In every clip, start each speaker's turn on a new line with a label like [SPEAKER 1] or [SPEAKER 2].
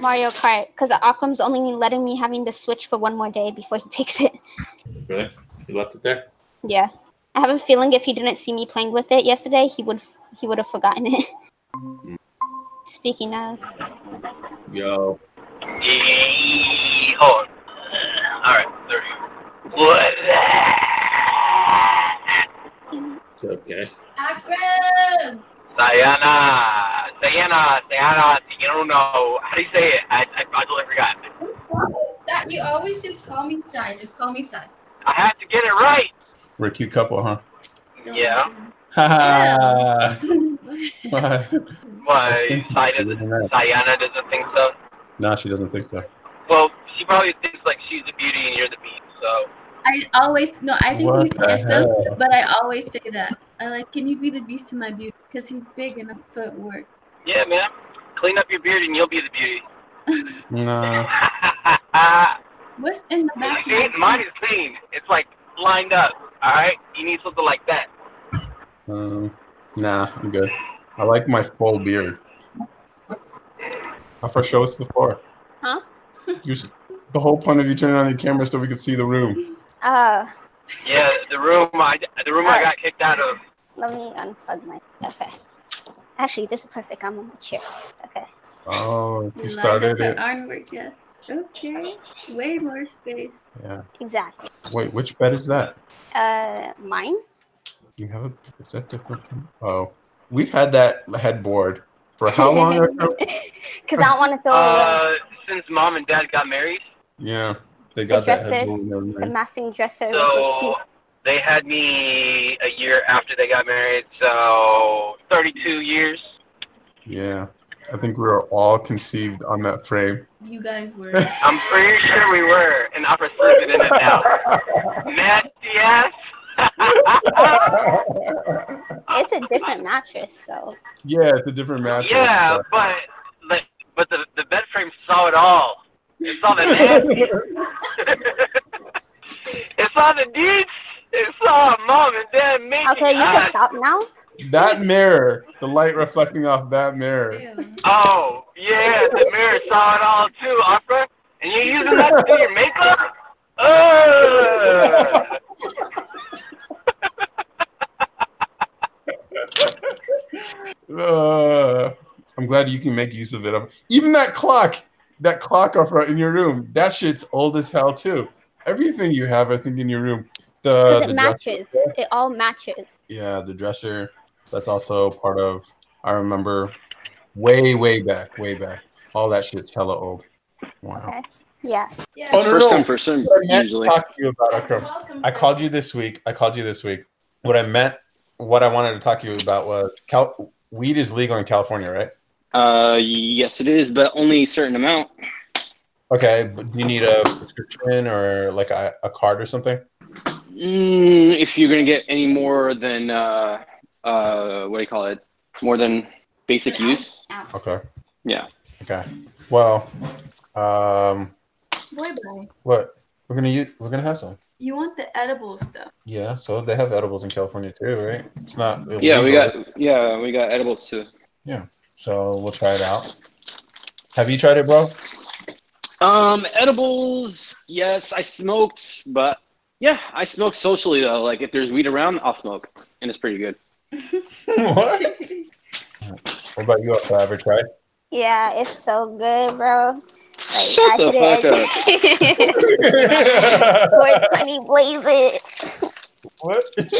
[SPEAKER 1] Mario Kart because Akram's only letting me having the Switch for one more day before he takes it.
[SPEAKER 2] Really? You left it there?
[SPEAKER 1] Yeah, I have a feeling if he didn't see me playing with it yesterday, he would he would have forgotten it. Speaking of,
[SPEAKER 2] Yo.
[SPEAKER 3] Yee- Hold. All right, there you go. What?
[SPEAKER 2] It's okay.
[SPEAKER 4] Akram!
[SPEAKER 3] Sayana, Sayana, Sayana. You don't know how do you say it? I, I, I totally forgot.
[SPEAKER 4] That you always just call me Sai. Just call me Sai.
[SPEAKER 3] I had to get it right.
[SPEAKER 5] We're a cute couple, huh?
[SPEAKER 4] Don't
[SPEAKER 3] Yeah.
[SPEAKER 5] Ha ha.
[SPEAKER 3] Why?
[SPEAKER 5] I've seen
[SPEAKER 3] Sai
[SPEAKER 5] people
[SPEAKER 3] doesn't.
[SPEAKER 5] doing that.
[SPEAKER 3] Sayana doesn't think so.
[SPEAKER 5] No, she doesn't think so.
[SPEAKER 3] Well, she probably thinks like she's the beauty and you're the beast. So
[SPEAKER 4] I always no. I think
[SPEAKER 5] What
[SPEAKER 4] he's
[SPEAKER 5] the
[SPEAKER 4] handsome,
[SPEAKER 5] hell?
[SPEAKER 4] but I always say that. I like, can you be the beast to my beauty? Because he's big and so it works.
[SPEAKER 3] yeah, man, clean up your beard and you'll be the beauty.
[SPEAKER 5] Nah.
[SPEAKER 4] What's in the back?
[SPEAKER 3] See, mine is clean. It's like lined up. All right, you need something like that.
[SPEAKER 5] Um, nah, I'm good. I like my full beard. How far show us the floor?
[SPEAKER 1] Huh?
[SPEAKER 5] You, s- the whole point of you turning on your camera so we could see the room.
[SPEAKER 1] uh,
[SPEAKER 3] Yeah, the room I the room I got kicked out of.
[SPEAKER 1] let me unplug my. Okay. Actually, this is perfect. I'm on my chair. Okay.
[SPEAKER 5] Oh, you
[SPEAKER 4] Lined up
[SPEAKER 5] started
[SPEAKER 4] her
[SPEAKER 5] it.
[SPEAKER 4] Arm work, yeah. Okay. Way more space.
[SPEAKER 5] Yeah.
[SPEAKER 1] Exactly.
[SPEAKER 5] Wait, which bed is that?
[SPEAKER 1] Uh, mine.
[SPEAKER 5] You have a is that different? from- Oh, we've had that headboard for how long? Arthur?
[SPEAKER 1] Because I don't want to throw away
[SPEAKER 3] Uh, since mom and dad got married,
[SPEAKER 5] yeah, they got that
[SPEAKER 1] dresser.
[SPEAKER 5] headboard. and
[SPEAKER 1] the
[SPEAKER 5] everything.
[SPEAKER 1] matching dresser. with the
[SPEAKER 3] so they had me a year after they got married. So 32 years.
[SPEAKER 5] Yeah, I think we were all conceived on that frame.
[SPEAKER 4] You guys were.
[SPEAKER 3] I'm pretty sure we were, and I'm sleeping in it now. Nasty ass. uh,
[SPEAKER 1] It's a different mattress, so
[SPEAKER 5] yeah, it's a different match.
[SPEAKER 3] yeah, but but but the the bed frame saw it all. It saw the nasty. it saw the dudes. It saw mom and dad making.
[SPEAKER 1] okay. You
[SPEAKER 3] uh,
[SPEAKER 1] can stop
[SPEAKER 5] Uh,
[SPEAKER 1] now.
[SPEAKER 5] that mirror, the light reflecting off that mirror.
[SPEAKER 4] Ew.
[SPEAKER 3] Oh, yeah, the mirror saw it all too, Opera. And you're using that to do your makeup? Ugh.
[SPEAKER 5] Uh, I'm glad you can make use of it. Even that clock, that clock over in your room, that shit's old as hell too. Everything you have, I think, in your room. The
[SPEAKER 1] Because
[SPEAKER 5] the
[SPEAKER 1] it
[SPEAKER 5] dresser-
[SPEAKER 1] matches. It all matches.
[SPEAKER 5] yeah the dresser that's also part of i remember way way back way back all that shit's hella old wow
[SPEAKER 1] Okay. Yeah.
[SPEAKER 4] Yeah.
[SPEAKER 5] Oh, no,
[SPEAKER 6] first
[SPEAKER 5] no.
[SPEAKER 6] come, first served,
[SPEAKER 5] What I meant to
[SPEAKER 6] usually.
[SPEAKER 5] talk to you about
[SPEAKER 4] That's
[SPEAKER 5] Akram.
[SPEAKER 4] welcome.
[SPEAKER 5] i called you this week i called you this week what i meant what i wanted to talk to you about was Cal- weed is legal in california right
[SPEAKER 6] Uh, yes, it is, but only a certain amount.
[SPEAKER 5] okay but do you need a prescription or like a, a card or something
[SPEAKER 6] Mm, if you're gonna get any more than uh, uh, what do you call it? More than basic use.
[SPEAKER 4] Ah,
[SPEAKER 5] okay
[SPEAKER 6] Yeah.
[SPEAKER 5] okay well um
[SPEAKER 4] Boy, boy.
[SPEAKER 5] what we're gonna use we're gonna have some
[SPEAKER 4] You want the edible stuff?
[SPEAKER 5] Yeah, so they have edibles in California too, right? It's not. Illegal,
[SPEAKER 6] Yeah, we got yeah, we got edibles too.
[SPEAKER 5] So we'll try it out. Have you tried it, bro?
[SPEAKER 6] Um, edibles. Yes, I smoked, but yeah, I smoke socially though. Like if there's weed around, I'll smoke, and it's pretty good.
[SPEAKER 5] what? What about you? Have ever tried?
[SPEAKER 1] Yeah, it's so good, bro. Like,
[SPEAKER 6] Shut the fuck
[SPEAKER 1] fuck
[SPEAKER 5] what?
[SPEAKER 1] up. money blaze
[SPEAKER 5] What'd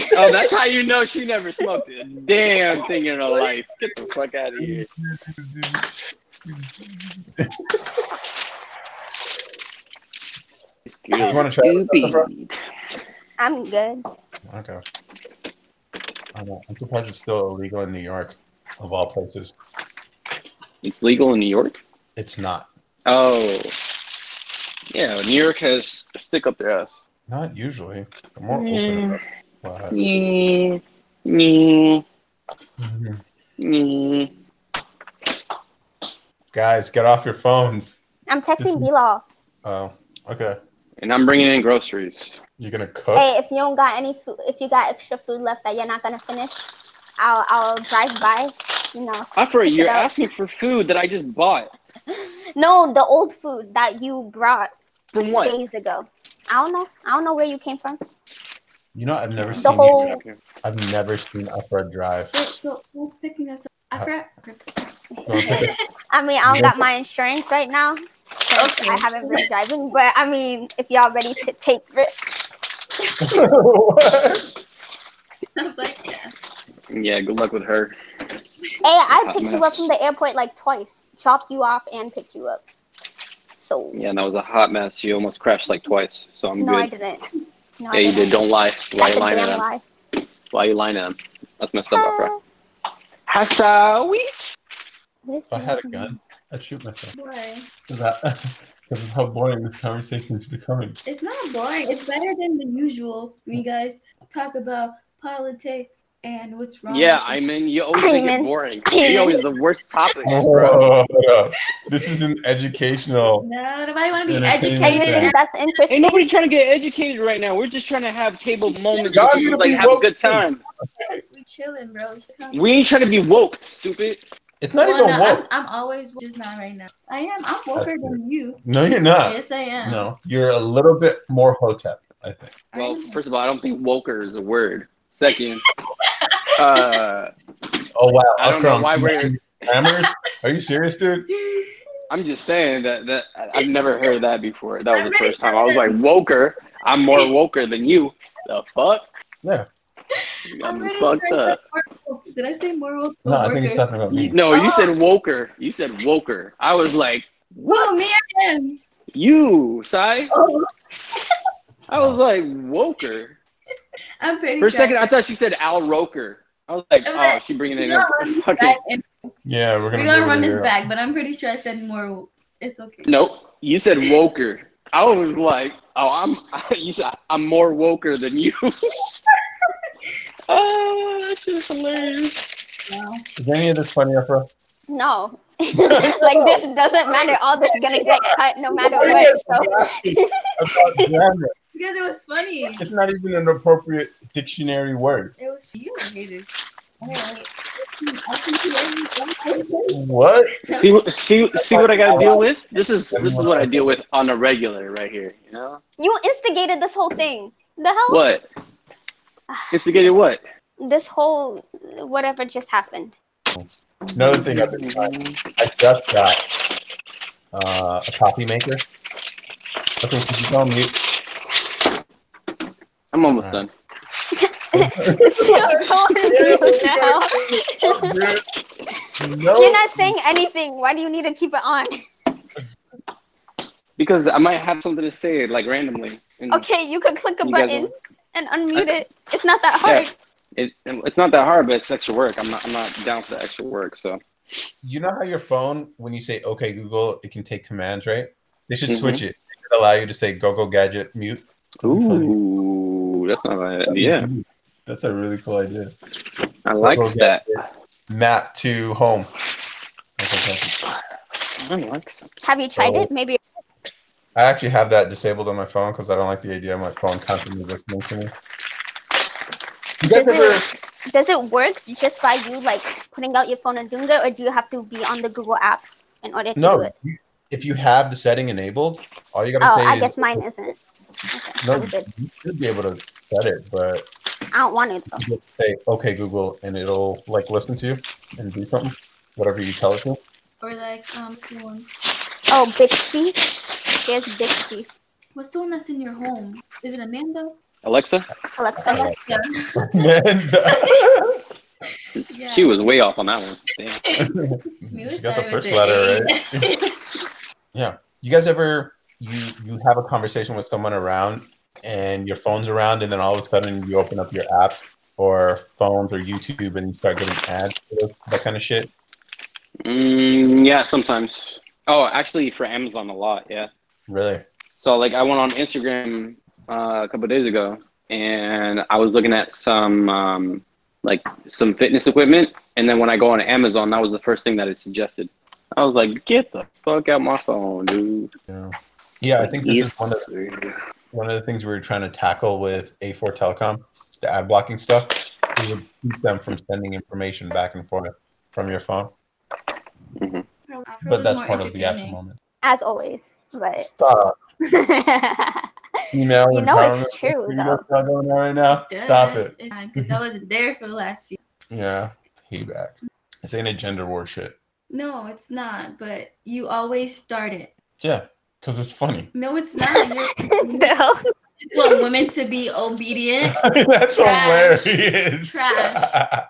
[SPEAKER 5] you-
[SPEAKER 6] Oh, that's how you know she never smoked a damn thing in her life. Get the fuck out of here.
[SPEAKER 5] You wanna try it,
[SPEAKER 6] Stupid.
[SPEAKER 1] I'm good.
[SPEAKER 5] okay. I know. I'm surprised it's still illegal in New York, of all places.
[SPEAKER 6] It's legal in New York.
[SPEAKER 5] It's not.
[SPEAKER 6] Oh. Yeah, New York has a stick up their ass.
[SPEAKER 5] Not usually. They're more
[SPEAKER 6] Yeah.
[SPEAKER 5] open. About it.
[SPEAKER 6] Mm, mm,
[SPEAKER 5] But-
[SPEAKER 6] mm.
[SPEAKER 5] Guys, get off your phones.
[SPEAKER 1] I'm
[SPEAKER 5] This is-
[SPEAKER 1] texting Bilal.
[SPEAKER 5] Oh, okay.
[SPEAKER 6] And I'm bringing in groceries.
[SPEAKER 5] You're gonna cook?
[SPEAKER 1] Hey, if you don't got any food, if you got extra food left that you're not gonna finish, I'll I'll drive by. You know.
[SPEAKER 6] Opera, you're
[SPEAKER 1] it up.
[SPEAKER 6] asking for food that I just bought.
[SPEAKER 1] No, the old food that you brought
[SPEAKER 6] From what?
[SPEAKER 1] days ago. I don't know. I don't know where you came from.
[SPEAKER 5] You know, I've never
[SPEAKER 1] The
[SPEAKER 5] seen.
[SPEAKER 1] whole-
[SPEAKER 5] you drive. I've never seen Upward Drive.
[SPEAKER 4] So, so who's picking us up? I forgot.
[SPEAKER 5] Okay.
[SPEAKER 1] I mean, I don't
[SPEAKER 5] Yeah.
[SPEAKER 1] got my insurance right now. so
[SPEAKER 4] Okay.
[SPEAKER 1] I haven't been driving, but I mean, if y'all ready to take risks,
[SPEAKER 5] What?
[SPEAKER 4] I'm like, yeah.
[SPEAKER 6] Yeah, good luck with her.
[SPEAKER 1] hey, I
[SPEAKER 6] Hot
[SPEAKER 1] picked you up
[SPEAKER 6] mess.
[SPEAKER 1] from the airport like twice, chopped you off, and picked you up. So
[SPEAKER 6] Yeah, and that was a hot mess. She almost crashed like twice, so I'm
[SPEAKER 1] no, I
[SPEAKER 6] good.
[SPEAKER 1] didn't. No, I
[SPEAKER 6] yeah, you
[SPEAKER 1] didn't.
[SPEAKER 6] did. Don't lie. Why
[SPEAKER 1] That's
[SPEAKER 6] you
[SPEAKER 1] a
[SPEAKER 6] lying to
[SPEAKER 1] damn
[SPEAKER 6] them?
[SPEAKER 1] lie.
[SPEAKER 6] Why you lying to them? That's messed up, bro. Hasawi?
[SPEAKER 1] What is
[SPEAKER 5] if I had a gun, I'd shoot myself.
[SPEAKER 4] boring.
[SPEAKER 5] Because of how boring this conversation is becoming.
[SPEAKER 4] It's not boring. It's better than the usual. We guys talk about politics and what's wrong.
[SPEAKER 6] Yeah,
[SPEAKER 4] with
[SPEAKER 6] I mean, you always make
[SPEAKER 1] Ayman.
[SPEAKER 6] it boring.
[SPEAKER 1] Ayman.
[SPEAKER 6] You always the worst topic, bro.
[SPEAKER 5] Oh, yeah. This is an educational.
[SPEAKER 4] No, nobody want to be
[SPEAKER 1] Hey, you
[SPEAKER 5] Entertainment Yeah.
[SPEAKER 1] think
[SPEAKER 4] educated.
[SPEAKER 1] that's
[SPEAKER 6] Ain't
[SPEAKER 1] interesting.
[SPEAKER 6] nobody trying to get educated right now. We're just trying to have table moments,
[SPEAKER 5] Y'all
[SPEAKER 6] with
[SPEAKER 5] need
[SPEAKER 6] you,
[SPEAKER 5] to
[SPEAKER 6] like
[SPEAKER 5] be
[SPEAKER 6] have a
[SPEAKER 5] woke
[SPEAKER 6] good
[SPEAKER 5] too.
[SPEAKER 6] time.
[SPEAKER 4] We chilling, bro. Just come-
[SPEAKER 6] We ain't trying to be woke, stupid.
[SPEAKER 5] It's not
[SPEAKER 4] Well,
[SPEAKER 5] even
[SPEAKER 4] no, I'm,
[SPEAKER 5] woke.
[SPEAKER 4] I'm always just not right now. I am. I'm older
[SPEAKER 5] That's
[SPEAKER 4] than you.
[SPEAKER 5] No, you're not.
[SPEAKER 4] Yes, I am.
[SPEAKER 5] No, you're a little bit more hotep, I think.
[SPEAKER 4] I
[SPEAKER 6] Well,
[SPEAKER 4] am.
[SPEAKER 6] first of all, I don't think woker is a word. Second, uh,
[SPEAKER 5] Oh wow,
[SPEAKER 6] I don't know
[SPEAKER 5] Akram,
[SPEAKER 6] why
[SPEAKER 5] you
[SPEAKER 6] we're-
[SPEAKER 5] grammars. Are you serious, dude?
[SPEAKER 6] I'm just saying that that I- I've never heard that before. That was
[SPEAKER 4] I'm
[SPEAKER 6] the
[SPEAKER 4] ready
[SPEAKER 6] first time I was
[SPEAKER 4] for
[SPEAKER 6] like, "Woker, I'm more woker than you." The fuck?
[SPEAKER 5] Yeah.
[SPEAKER 6] You got
[SPEAKER 4] I'm
[SPEAKER 6] me
[SPEAKER 4] ready for
[SPEAKER 6] fucked up.
[SPEAKER 4] moral. Did I say moral?
[SPEAKER 5] No, I think he's
[SPEAKER 4] Worker.
[SPEAKER 5] talking about
[SPEAKER 6] You-
[SPEAKER 5] me.
[SPEAKER 6] No, you
[SPEAKER 4] Oh.
[SPEAKER 6] said woker. You said woker. I was like,
[SPEAKER 4] Whoa, me and him.
[SPEAKER 6] "You, Sai."
[SPEAKER 4] Oh,
[SPEAKER 6] I was like, "Woker."
[SPEAKER 4] I'm pretty
[SPEAKER 6] For a
[SPEAKER 4] sure.
[SPEAKER 6] second, I thought she said Al Roker. I was like,
[SPEAKER 4] I'm
[SPEAKER 6] "Oh,
[SPEAKER 4] like,
[SPEAKER 6] she bringing
[SPEAKER 4] we're
[SPEAKER 6] in
[SPEAKER 4] gonna
[SPEAKER 6] a
[SPEAKER 4] run this
[SPEAKER 6] fucking."
[SPEAKER 4] back, and
[SPEAKER 5] Yeah, we're
[SPEAKER 4] we're
[SPEAKER 5] gonna,
[SPEAKER 4] gonna
[SPEAKER 5] go
[SPEAKER 4] run
[SPEAKER 5] over
[SPEAKER 4] this
[SPEAKER 5] there.
[SPEAKER 4] back, but I'm pretty sure I said moral. It's okay.
[SPEAKER 6] Nope, you said woker. I was like, "Oh, I'm." You said I'm more woker than you. oh, that shit is hilarious.
[SPEAKER 4] No.
[SPEAKER 5] Is any of this funny, Afra?
[SPEAKER 1] No. like this doesn't matter. All this is gonna get cut no matter what. So
[SPEAKER 5] About grammar.
[SPEAKER 4] Because it was funny. It
[SPEAKER 5] It's not even an appropriate dictionary word.
[SPEAKER 4] was you hated. Alright. I can do everything.
[SPEAKER 5] What?
[SPEAKER 6] see, see, see what I gotta deal with. This is this is what I deal with on a regular right here. You know
[SPEAKER 1] you instigated this whole thing. The hell?
[SPEAKER 6] what? Instigated what?
[SPEAKER 1] This whole whatever just happened.
[SPEAKER 5] Another thing I've been trying. I just got uh, a copy maker. Okay, could you go on mute?
[SPEAKER 6] I'm almost done.
[SPEAKER 1] It's still going through now.
[SPEAKER 5] No.
[SPEAKER 1] You're not saying anything. Why do you need to keep it on?
[SPEAKER 6] Because I might have something to say like randomly. and
[SPEAKER 1] Okay, you could click a
[SPEAKER 6] you guys
[SPEAKER 1] button
[SPEAKER 6] will-
[SPEAKER 1] and unmute it. It's not that
[SPEAKER 6] Yeah.
[SPEAKER 1] hard.
[SPEAKER 6] It, it's not that hard, but it's extra work. I'm not I'm not down for the extra work. So
[SPEAKER 5] You know how your phone, when you say "Okay Google," it can take commands, right? They should
[SPEAKER 6] Mhm.
[SPEAKER 4] Mm-hmm.
[SPEAKER 5] switch it. They should allow you to say "Go Go Gadget mute." That'd be funny.
[SPEAKER 6] ooh, that's not bad. Yeah,
[SPEAKER 5] that's a really cool idea.
[SPEAKER 6] I like
[SPEAKER 5] Go Go
[SPEAKER 6] that.
[SPEAKER 5] Gadget, Map to home. Okay, okay.
[SPEAKER 6] I like that.
[SPEAKER 1] Have you tried
[SPEAKER 5] Oh.
[SPEAKER 1] it? Maybe
[SPEAKER 5] I actually have that disabled on my phone because I don't like the idea of my phone constantly listening to me. You guys
[SPEAKER 1] Does it-
[SPEAKER 5] ever?
[SPEAKER 1] does it work just by you like putting out your phone and doing it, or do you have to be on the Google app in order to do
[SPEAKER 5] No.
[SPEAKER 1] it?
[SPEAKER 5] you- If you have the setting enabled, all you gotta
[SPEAKER 1] Oh,
[SPEAKER 5] say
[SPEAKER 1] I
[SPEAKER 5] is
[SPEAKER 1] guess mine isn't. Okay,
[SPEAKER 5] No.
[SPEAKER 1] I'm good.
[SPEAKER 5] you should be able to set it, but
[SPEAKER 1] I don't want it though.
[SPEAKER 5] you just say "Okay Google" and it'll like listen to you and do something, whatever you tell it to.
[SPEAKER 4] Or like, um, what's the one?
[SPEAKER 1] Oh, Bixby. There's Bixby.
[SPEAKER 4] What's the one that's in your home? Is it Amanda?
[SPEAKER 6] Alexa,
[SPEAKER 1] Alexa.
[SPEAKER 5] Uh,
[SPEAKER 4] Yeah.
[SPEAKER 5] and,
[SPEAKER 4] yeah.
[SPEAKER 6] she was way off on that one. Damn.
[SPEAKER 4] We
[SPEAKER 5] you
[SPEAKER 4] always
[SPEAKER 5] got the
[SPEAKER 4] started with
[SPEAKER 5] first
[SPEAKER 4] the
[SPEAKER 5] letter right.
[SPEAKER 4] A.
[SPEAKER 5] You guys ever you you have a conversation with someone around and your phone's around, and then all of a sudden you open up your apps or phones or YouTube and you start getting ads for those- that kind of shit.
[SPEAKER 6] Mm, yeah, sometimes. Oh, actually, for Amazon a lot. Yeah.
[SPEAKER 5] Really?
[SPEAKER 6] So like I went on Instagram uh, a couple days ago, and I was looking at some um, like some fitness equipment, and then when I go on Amazon, that was the first thing that it suggested. I was like, "Get the fuck out my phone, dude!"
[SPEAKER 5] Yeah. Yeah, I think this is one of
[SPEAKER 6] the.
[SPEAKER 5] one of the things we were trying to tackle with A4 Telecom, the ad blocking stuff. We would keep them from sending information back and forth from your phone.
[SPEAKER 4] Um, Afro
[SPEAKER 5] but
[SPEAKER 4] was
[SPEAKER 5] that's
[SPEAKER 4] more
[SPEAKER 5] part of
[SPEAKER 4] entertaining.
[SPEAKER 5] the action moment.
[SPEAKER 1] as always. But
[SPEAKER 5] Stop. Email
[SPEAKER 1] You know it's
[SPEAKER 5] empowerment.
[SPEAKER 1] true,
[SPEAKER 5] You
[SPEAKER 1] though.
[SPEAKER 5] know what's going on right now. Stop it.
[SPEAKER 4] Because I wasn't there for the last few.
[SPEAKER 5] Yeah. Payback. This ain't a gender war shit.
[SPEAKER 4] No, it's not. But you always start it.
[SPEAKER 5] Yeah, because it's funny.
[SPEAKER 4] No, it's not. You're, you
[SPEAKER 1] no.
[SPEAKER 4] want women to be obedient.
[SPEAKER 5] That's
[SPEAKER 4] Trash.
[SPEAKER 5] hilarious.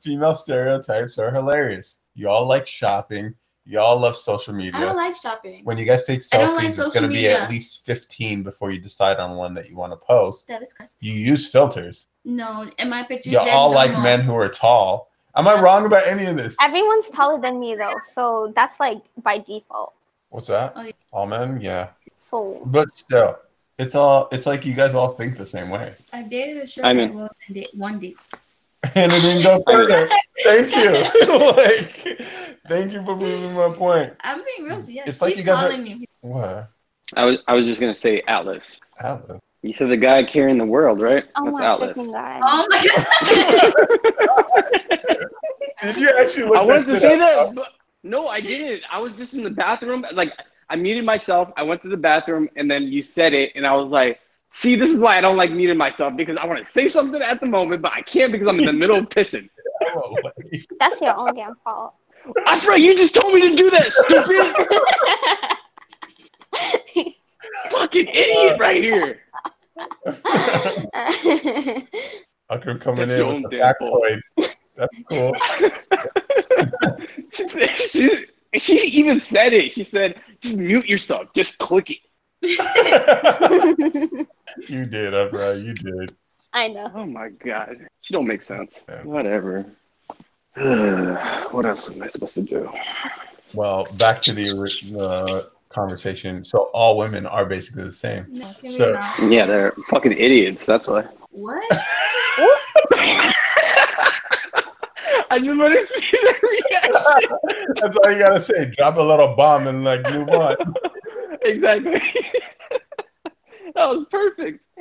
[SPEAKER 5] Female stereotypes are hilarious. Y'all like shopping. Y'all love social
[SPEAKER 4] I don't
[SPEAKER 5] media.
[SPEAKER 4] like shopping.
[SPEAKER 5] When you guys take
[SPEAKER 4] I don't like
[SPEAKER 5] selfies, it's
[SPEAKER 4] social
[SPEAKER 5] going to be
[SPEAKER 4] media.
[SPEAKER 5] at least 15 before you decide on one that you want to post.
[SPEAKER 4] That is correct.
[SPEAKER 5] You use filters.
[SPEAKER 4] No, and my pictures.
[SPEAKER 5] Y'all
[SPEAKER 4] they're
[SPEAKER 5] all like
[SPEAKER 4] normal.
[SPEAKER 5] men who are tall. Am I wrong about any of this?
[SPEAKER 1] Everyone's taller than me though, so that's like by default.
[SPEAKER 5] What's that?
[SPEAKER 4] Oh, yeah.
[SPEAKER 5] All men? Yeah.
[SPEAKER 1] So
[SPEAKER 5] But still, it's all, it's like you guys all think the same way.
[SPEAKER 4] I dated a short
[SPEAKER 6] I'm
[SPEAKER 4] I
[SPEAKER 6] in.
[SPEAKER 4] woman da- one day.
[SPEAKER 5] and it didn't go
[SPEAKER 6] I mean-
[SPEAKER 5] further. Thank you. like, thank you for proving my point.
[SPEAKER 4] I'm being real. Yes,
[SPEAKER 5] Mm. It's like
[SPEAKER 4] he's
[SPEAKER 5] you guys are-
[SPEAKER 4] calling me.
[SPEAKER 5] What?
[SPEAKER 6] I was I was just gonna say Atlas.
[SPEAKER 5] Atlas.
[SPEAKER 6] You said the guy carrying the world, right?
[SPEAKER 1] oh
[SPEAKER 6] That's
[SPEAKER 1] my
[SPEAKER 6] Atlas.
[SPEAKER 1] freaking god.
[SPEAKER 4] Oh my god.
[SPEAKER 5] Did you actually look
[SPEAKER 6] I wanted to
[SPEAKER 5] shit
[SPEAKER 6] say
[SPEAKER 5] up?
[SPEAKER 6] that, but no, I didn't. I was just in the bathroom. Like I muted myself. I went to the bathroom, and then you said it, and I was like, "See, this is why I don't like muting myself because I want to say something at the moment, but I can't because I'm in the middle of pissing."
[SPEAKER 5] Oh, like,
[SPEAKER 1] That's your own damn fault.
[SPEAKER 6] Afra, you just told me to do that, stupid fucking idiot right here.
[SPEAKER 5] Tucker coming
[SPEAKER 6] That's
[SPEAKER 5] in
[SPEAKER 6] your
[SPEAKER 5] with
[SPEAKER 6] own
[SPEAKER 5] the
[SPEAKER 6] damn
[SPEAKER 5] back
[SPEAKER 6] fault.
[SPEAKER 5] points. That's cool.
[SPEAKER 6] she, she even said it. She said, "Just mute yourself. Just click it."
[SPEAKER 5] you did, uh, bro. You did.
[SPEAKER 1] I know.
[SPEAKER 6] Oh my god, she don't make sense.
[SPEAKER 5] Yeah.
[SPEAKER 6] Whatever. what else am I supposed to do?
[SPEAKER 5] Well, back to the ori- uh, conversation. So all women are basically the same.
[SPEAKER 4] No, can
[SPEAKER 5] So-
[SPEAKER 4] we not?
[SPEAKER 6] Yeah, they're fucking idiots. That's why.
[SPEAKER 4] What?
[SPEAKER 6] I just want to see their reaction.
[SPEAKER 5] That's all you gotta say. Drop a little bomb and like move on.
[SPEAKER 6] exactly. that was perfect.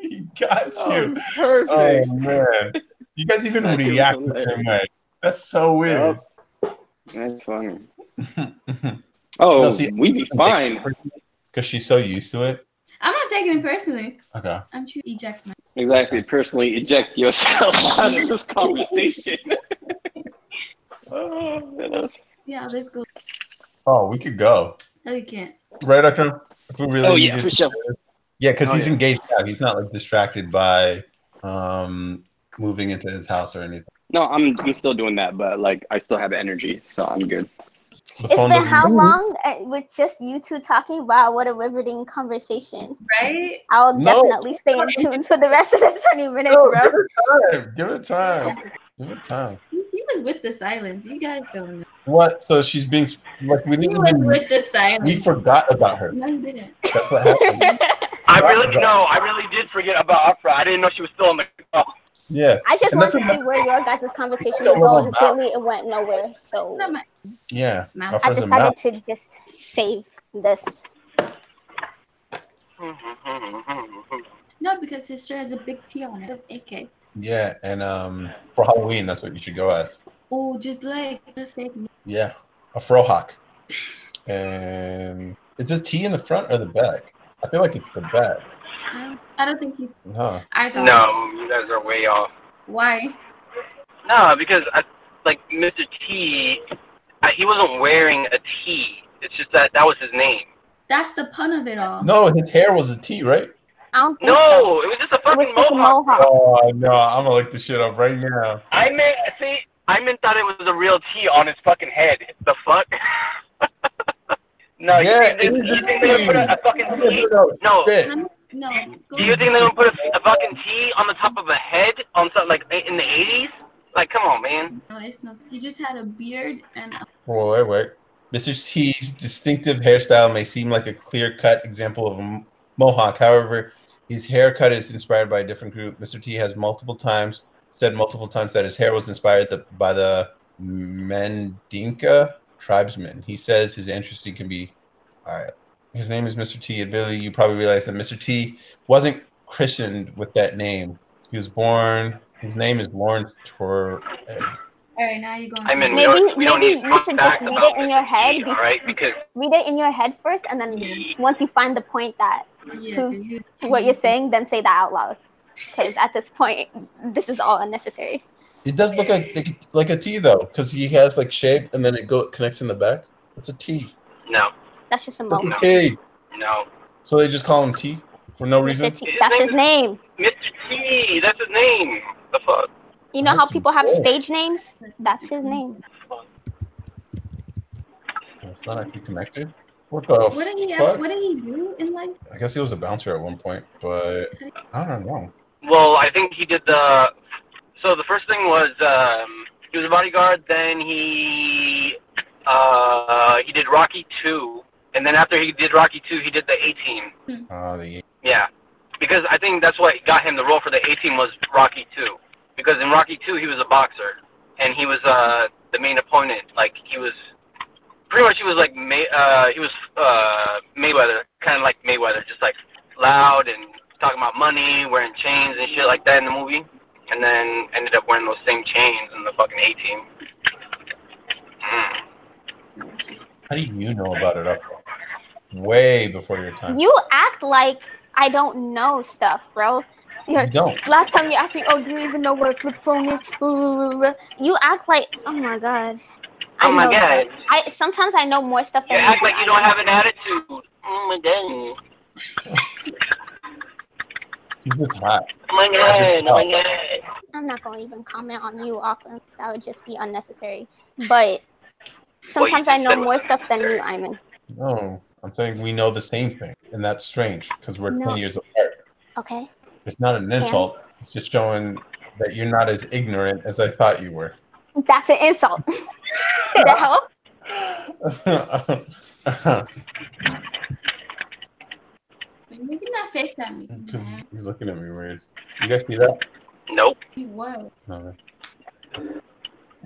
[SPEAKER 5] he got
[SPEAKER 6] That
[SPEAKER 5] you.
[SPEAKER 6] was perfect.
[SPEAKER 5] Oh man, you guys even
[SPEAKER 6] That dude
[SPEAKER 5] react
[SPEAKER 6] was
[SPEAKER 5] the same way. That's so weird.
[SPEAKER 6] That's funny. Oh,
[SPEAKER 5] No, see-
[SPEAKER 6] we'd be fine.
[SPEAKER 5] Because she's so used to it.
[SPEAKER 4] I'm not taking it personally.
[SPEAKER 5] Okay.
[SPEAKER 4] I'm choosing eject my.
[SPEAKER 6] Exactly. Personally, eject yourself out of this conversation. oh, man.
[SPEAKER 4] Yeah, let's go.
[SPEAKER 5] Oh, we could go
[SPEAKER 4] No, you can't.
[SPEAKER 5] right after. If we really
[SPEAKER 6] oh yeah,
[SPEAKER 5] needed-
[SPEAKER 6] for sure.
[SPEAKER 5] Yeah, because
[SPEAKER 6] Oh,
[SPEAKER 5] he's
[SPEAKER 6] yeah.
[SPEAKER 5] engaged now. He's not like distracted by um moving into his house or anything.
[SPEAKER 6] No, I'm I'm still doing that, but like I still have energy, so I'm good.
[SPEAKER 5] The
[SPEAKER 1] It's been
[SPEAKER 5] doesn't-
[SPEAKER 1] how long uh, with just you two talking? Wow, what a riveting conversation.
[SPEAKER 4] Right?
[SPEAKER 1] I'll
[SPEAKER 5] No.
[SPEAKER 1] definitely stay in tune for the rest of the 20 minutes,
[SPEAKER 5] No,
[SPEAKER 1] bro.
[SPEAKER 5] give it time. Give it time. Give it time.
[SPEAKER 4] He he was with the silence. You guys don't know.
[SPEAKER 5] What? So she's being sp- like we
[SPEAKER 4] He
[SPEAKER 5] didn't
[SPEAKER 4] was
[SPEAKER 5] even,
[SPEAKER 4] with the
[SPEAKER 5] we
[SPEAKER 4] silence.
[SPEAKER 5] forgot about her.
[SPEAKER 4] No, you didn't.
[SPEAKER 5] That's what happened.
[SPEAKER 3] I really no, I really did forget about Afra. I didn't know she was still on the call.
[SPEAKER 5] Yeah.
[SPEAKER 1] I just
[SPEAKER 5] And
[SPEAKER 1] want
[SPEAKER 5] that's
[SPEAKER 1] to
[SPEAKER 5] what-
[SPEAKER 1] see where your guys' conversation
[SPEAKER 5] Don't
[SPEAKER 1] would go, and
[SPEAKER 5] remember.
[SPEAKER 1] clearly it went nowhere. So
[SPEAKER 4] Not my-
[SPEAKER 5] Yeah.
[SPEAKER 4] Mouth.
[SPEAKER 5] Offers
[SPEAKER 1] I
[SPEAKER 5] a
[SPEAKER 1] decided
[SPEAKER 5] mouth.
[SPEAKER 1] to just save this.
[SPEAKER 4] No, because his shirt has a big T on it. Okay.
[SPEAKER 5] Yeah, and um for Halloween, that's what you should go as.
[SPEAKER 4] Oh, just like the fake.
[SPEAKER 5] Yeah, a frohawk. And is the T in the front or the back? I feel like it's the back.
[SPEAKER 4] I don't, I don't think he.
[SPEAKER 5] No.
[SPEAKER 4] I thought.
[SPEAKER 3] no, you guys are way off.
[SPEAKER 4] Why?
[SPEAKER 3] No, because I, like Mr. T, I, he wasn't wearing a T. It's just that that was his name.
[SPEAKER 4] That's the pun of it all.
[SPEAKER 5] No, his hair was a T, right?
[SPEAKER 1] I don't think so.
[SPEAKER 3] No, it was just a
[SPEAKER 1] It was
[SPEAKER 3] fucking
[SPEAKER 1] just a
[SPEAKER 3] mohawk.
[SPEAKER 1] mohawk.
[SPEAKER 5] Oh no, I'm gonna look the shit up right now.
[SPEAKER 3] I meant see, I meant thought it was a real T on his fucking head. The fuck? no, you
[SPEAKER 5] Yeah,
[SPEAKER 3] think,
[SPEAKER 5] it
[SPEAKER 3] they,
[SPEAKER 5] is
[SPEAKER 3] you
[SPEAKER 5] a
[SPEAKER 3] think they're gonna put a, a
[SPEAKER 5] I'm
[SPEAKER 3] fucking
[SPEAKER 5] gonna
[SPEAKER 3] T?
[SPEAKER 5] put out
[SPEAKER 3] No,
[SPEAKER 5] shit.
[SPEAKER 4] No. Go
[SPEAKER 3] Do you think they're gonna put a, a fucking T on the top of a head on something like in the eighties? Like, come on, man.
[SPEAKER 4] No, it's not. He just had a beard and
[SPEAKER 5] Whoa, wait, wait. Mr. T's distinctive hairstyle may seem like a clear-cut example of a m- mohawk. However, his haircut is inspired by a different group. Mr. T has multiple times said multiple times that his hair was inspired the, by the Mandinka tribesmen. He says his ancestry can be all right. His name is Mr. T. And Billy, you probably realize that Mr. T wasn't christened with that name. He was born. His name is Lawrence Tor.
[SPEAKER 4] All right, now you're going.
[SPEAKER 3] I mean,
[SPEAKER 4] to-
[SPEAKER 3] we
[SPEAKER 1] Maybe-
[SPEAKER 3] don't, we don't
[SPEAKER 1] maybe
[SPEAKER 3] need to
[SPEAKER 1] you
[SPEAKER 3] talk
[SPEAKER 1] should
[SPEAKER 3] back
[SPEAKER 1] just read
[SPEAKER 3] about
[SPEAKER 1] it in your head
[SPEAKER 3] Mr. T,
[SPEAKER 1] before-
[SPEAKER 3] all right? Because
[SPEAKER 1] Read it in your head first, and then once you find the point that
[SPEAKER 4] Yeah,
[SPEAKER 1] proves
[SPEAKER 4] 'cause you-
[SPEAKER 1] what
[SPEAKER 4] Mm-hmm.
[SPEAKER 1] you're saying, then say that out loud. Because at this point, this is all unnecessary.
[SPEAKER 5] It does look like like- like a T though, because he has like shape and then it go connects in the back. It's a T.
[SPEAKER 3] no,
[SPEAKER 1] That's just a
[SPEAKER 5] That's
[SPEAKER 1] moment.
[SPEAKER 5] a K.
[SPEAKER 3] no,
[SPEAKER 5] So they just call him T for no reason.
[SPEAKER 1] Mr. T- That's his name.
[SPEAKER 3] Mr. T, that's his name. The fuck?
[SPEAKER 1] You know how
[SPEAKER 5] That's
[SPEAKER 1] people have
[SPEAKER 5] bold.
[SPEAKER 1] stage names? That's his name.
[SPEAKER 5] It's not actually connected. What the
[SPEAKER 4] What did he?
[SPEAKER 5] fuck?
[SPEAKER 4] What did he do in life?
[SPEAKER 5] I guess he was a bouncer at one point, but I don't know.
[SPEAKER 3] Well, I think he did the. So the first thing was um, he was a bodyguard. Then he uh, he did Rocky two, and then after he did Rocky two, he did the A Team.
[SPEAKER 5] Uh, the,
[SPEAKER 3] Yeah, because I think that's what got him the role for the A Team was Rocky two. Because in Rocky two, he was a boxer, and he was uh, the main opponent. Like he was pretty much he was like May, uh, he was uh, Mayweather, kind of like Mayweather, just like loud and talking about money, wearing chains and shit like that in the movie. And then ended up wearing those same chains in the fucking A Team. Mm.
[SPEAKER 5] how do you know about it? Up way before your time.
[SPEAKER 1] You act like I don't know stuff, bro.
[SPEAKER 5] You
[SPEAKER 1] You're,
[SPEAKER 5] don't.
[SPEAKER 1] last time you asked me, oh, do you even know what a flip phone is? Blah, blah, blah, blah. You act like, oh my god.
[SPEAKER 3] Oh my
[SPEAKER 1] know
[SPEAKER 3] god,
[SPEAKER 1] stuff. I sometimes I know more stuff
[SPEAKER 3] you
[SPEAKER 1] than
[SPEAKER 3] act
[SPEAKER 1] you.
[SPEAKER 3] like you don't have an attitude. Oh my god.
[SPEAKER 5] He's just hot.
[SPEAKER 3] Oh my god, oh my god.
[SPEAKER 1] I'm not going to even comment on you, Akram. That would just be unnecessary. But sometimes I
[SPEAKER 3] just
[SPEAKER 1] know
[SPEAKER 3] said was
[SPEAKER 1] more stuff than you, Iman.
[SPEAKER 5] No, I'm saying we know the same thing, and that's strange because we're
[SPEAKER 1] No.
[SPEAKER 5] 10 years apart.
[SPEAKER 1] Okay.
[SPEAKER 5] It's not an insult. It's just showing that you're not as ignorant as I thought you were.
[SPEAKER 1] That's an insult. Does that help?
[SPEAKER 5] Because
[SPEAKER 4] Maybe not FaceTime me. Nah,
[SPEAKER 5] you're looking at me weird. You guys see that?
[SPEAKER 3] Nope.
[SPEAKER 4] He was.
[SPEAKER 5] No. You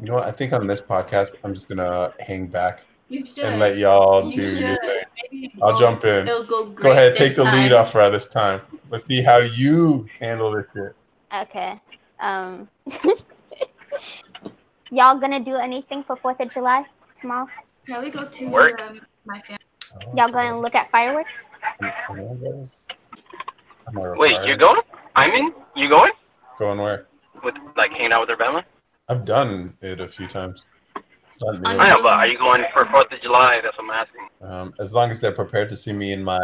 [SPEAKER 5] know what? I think on this podcast, I'm just gonna hang back
[SPEAKER 4] You should.
[SPEAKER 5] and let y'all
[SPEAKER 4] You
[SPEAKER 5] do your
[SPEAKER 4] should.
[SPEAKER 5] thing.
[SPEAKER 4] Maybe it'll
[SPEAKER 5] I'll
[SPEAKER 4] go-
[SPEAKER 5] jump in.
[SPEAKER 4] It'll go great
[SPEAKER 5] Go ahead,
[SPEAKER 4] this
[SPEAKER 5] take the lead
[SPEAKER 4] time.
[SPEAKER 5] off for this time. Let's see how you handle this shit.
[SPEAKER 1] Okay. Um. y'all gonna do anything for Fourth of July tomorrow?
[SPEAKER 4] Probably go
[SPEAKER 3] Work.
[SPEAKER 4] to um, my family.
[SPEAKER 1] Y'all gonna look at fireworks?
[SPEAKER 5] Am I
[SPEAKER 3] Wait,
[SPEAKER 5] required?
[SPEAKER 3] you're going? I'm in? You going?
[SPEAKER 5] Going where?
[SPEAKER 3] With like hanging out with her family?
[SPEAKER 5] I've done it a few times. It's not new.
[SPEAKER 3] I know, but are you going for Fourth of July? That's what I'm asking.
[SPEAKER 5] Um, as long as they're prepared to see me in my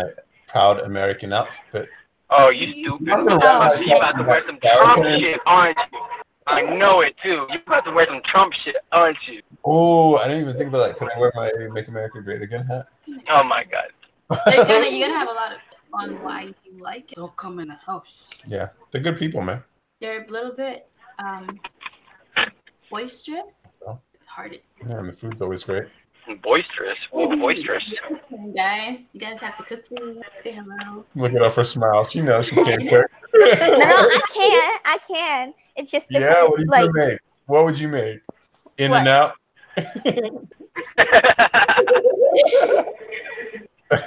[SPEAKER 5] proud American outfit.
[SPEAKER 3] Oh, you stupid.
[SPEAKER 5] I'm
[SPEAKER 3] You
[SPEAKER 5] gonna
[SPEAKER 1] wear
[SPEAKER 3] about
[SPEAKER 1] my
[SPEAKER 3] to- you about to wear some
[SPEAKER 5] stuff.
[SPEAKER 3] Trump shit, aren't you? I know it too. You about to wear some Trump shit, aren't you?
[SPEAKER 5] Oh, I didn't even think about that. Could I wear my Make America Great Again hat?
[SPEAKER 3] Oh my god.
[SPEAKER 4] They're gonna, you're gonna have a lot of on why you like it. They'll come in the house.
[SPEAKER 5] yeah, they're good people, man.
[SPEAKER 4] They're a little bit um boisterous,
[SPEAKER 5] Oh.
[SPEAKER 4] hearted.
[SPEAKER 5] Yeah, and the food's always great.
[SPEAKER 3] Boisterous. Ooh, boisterous.
[SPEAKER 4] Guys, you guys have to cook for me. Say hello.
[SPEAKER 5] Look at her for smile. She knows she can't cook.
[SPEAKER 1] No, no, I can. I can. It's just
[SPEAKER 5] yeah,
[SPEAKER 1] different.
[SPEAKER 5] what are you
[SPEAKER 1] like
[SPEAKER 5] gonna make? What would you make? In and
[SPEAKER 1] What?
[SPEAKER 5] out.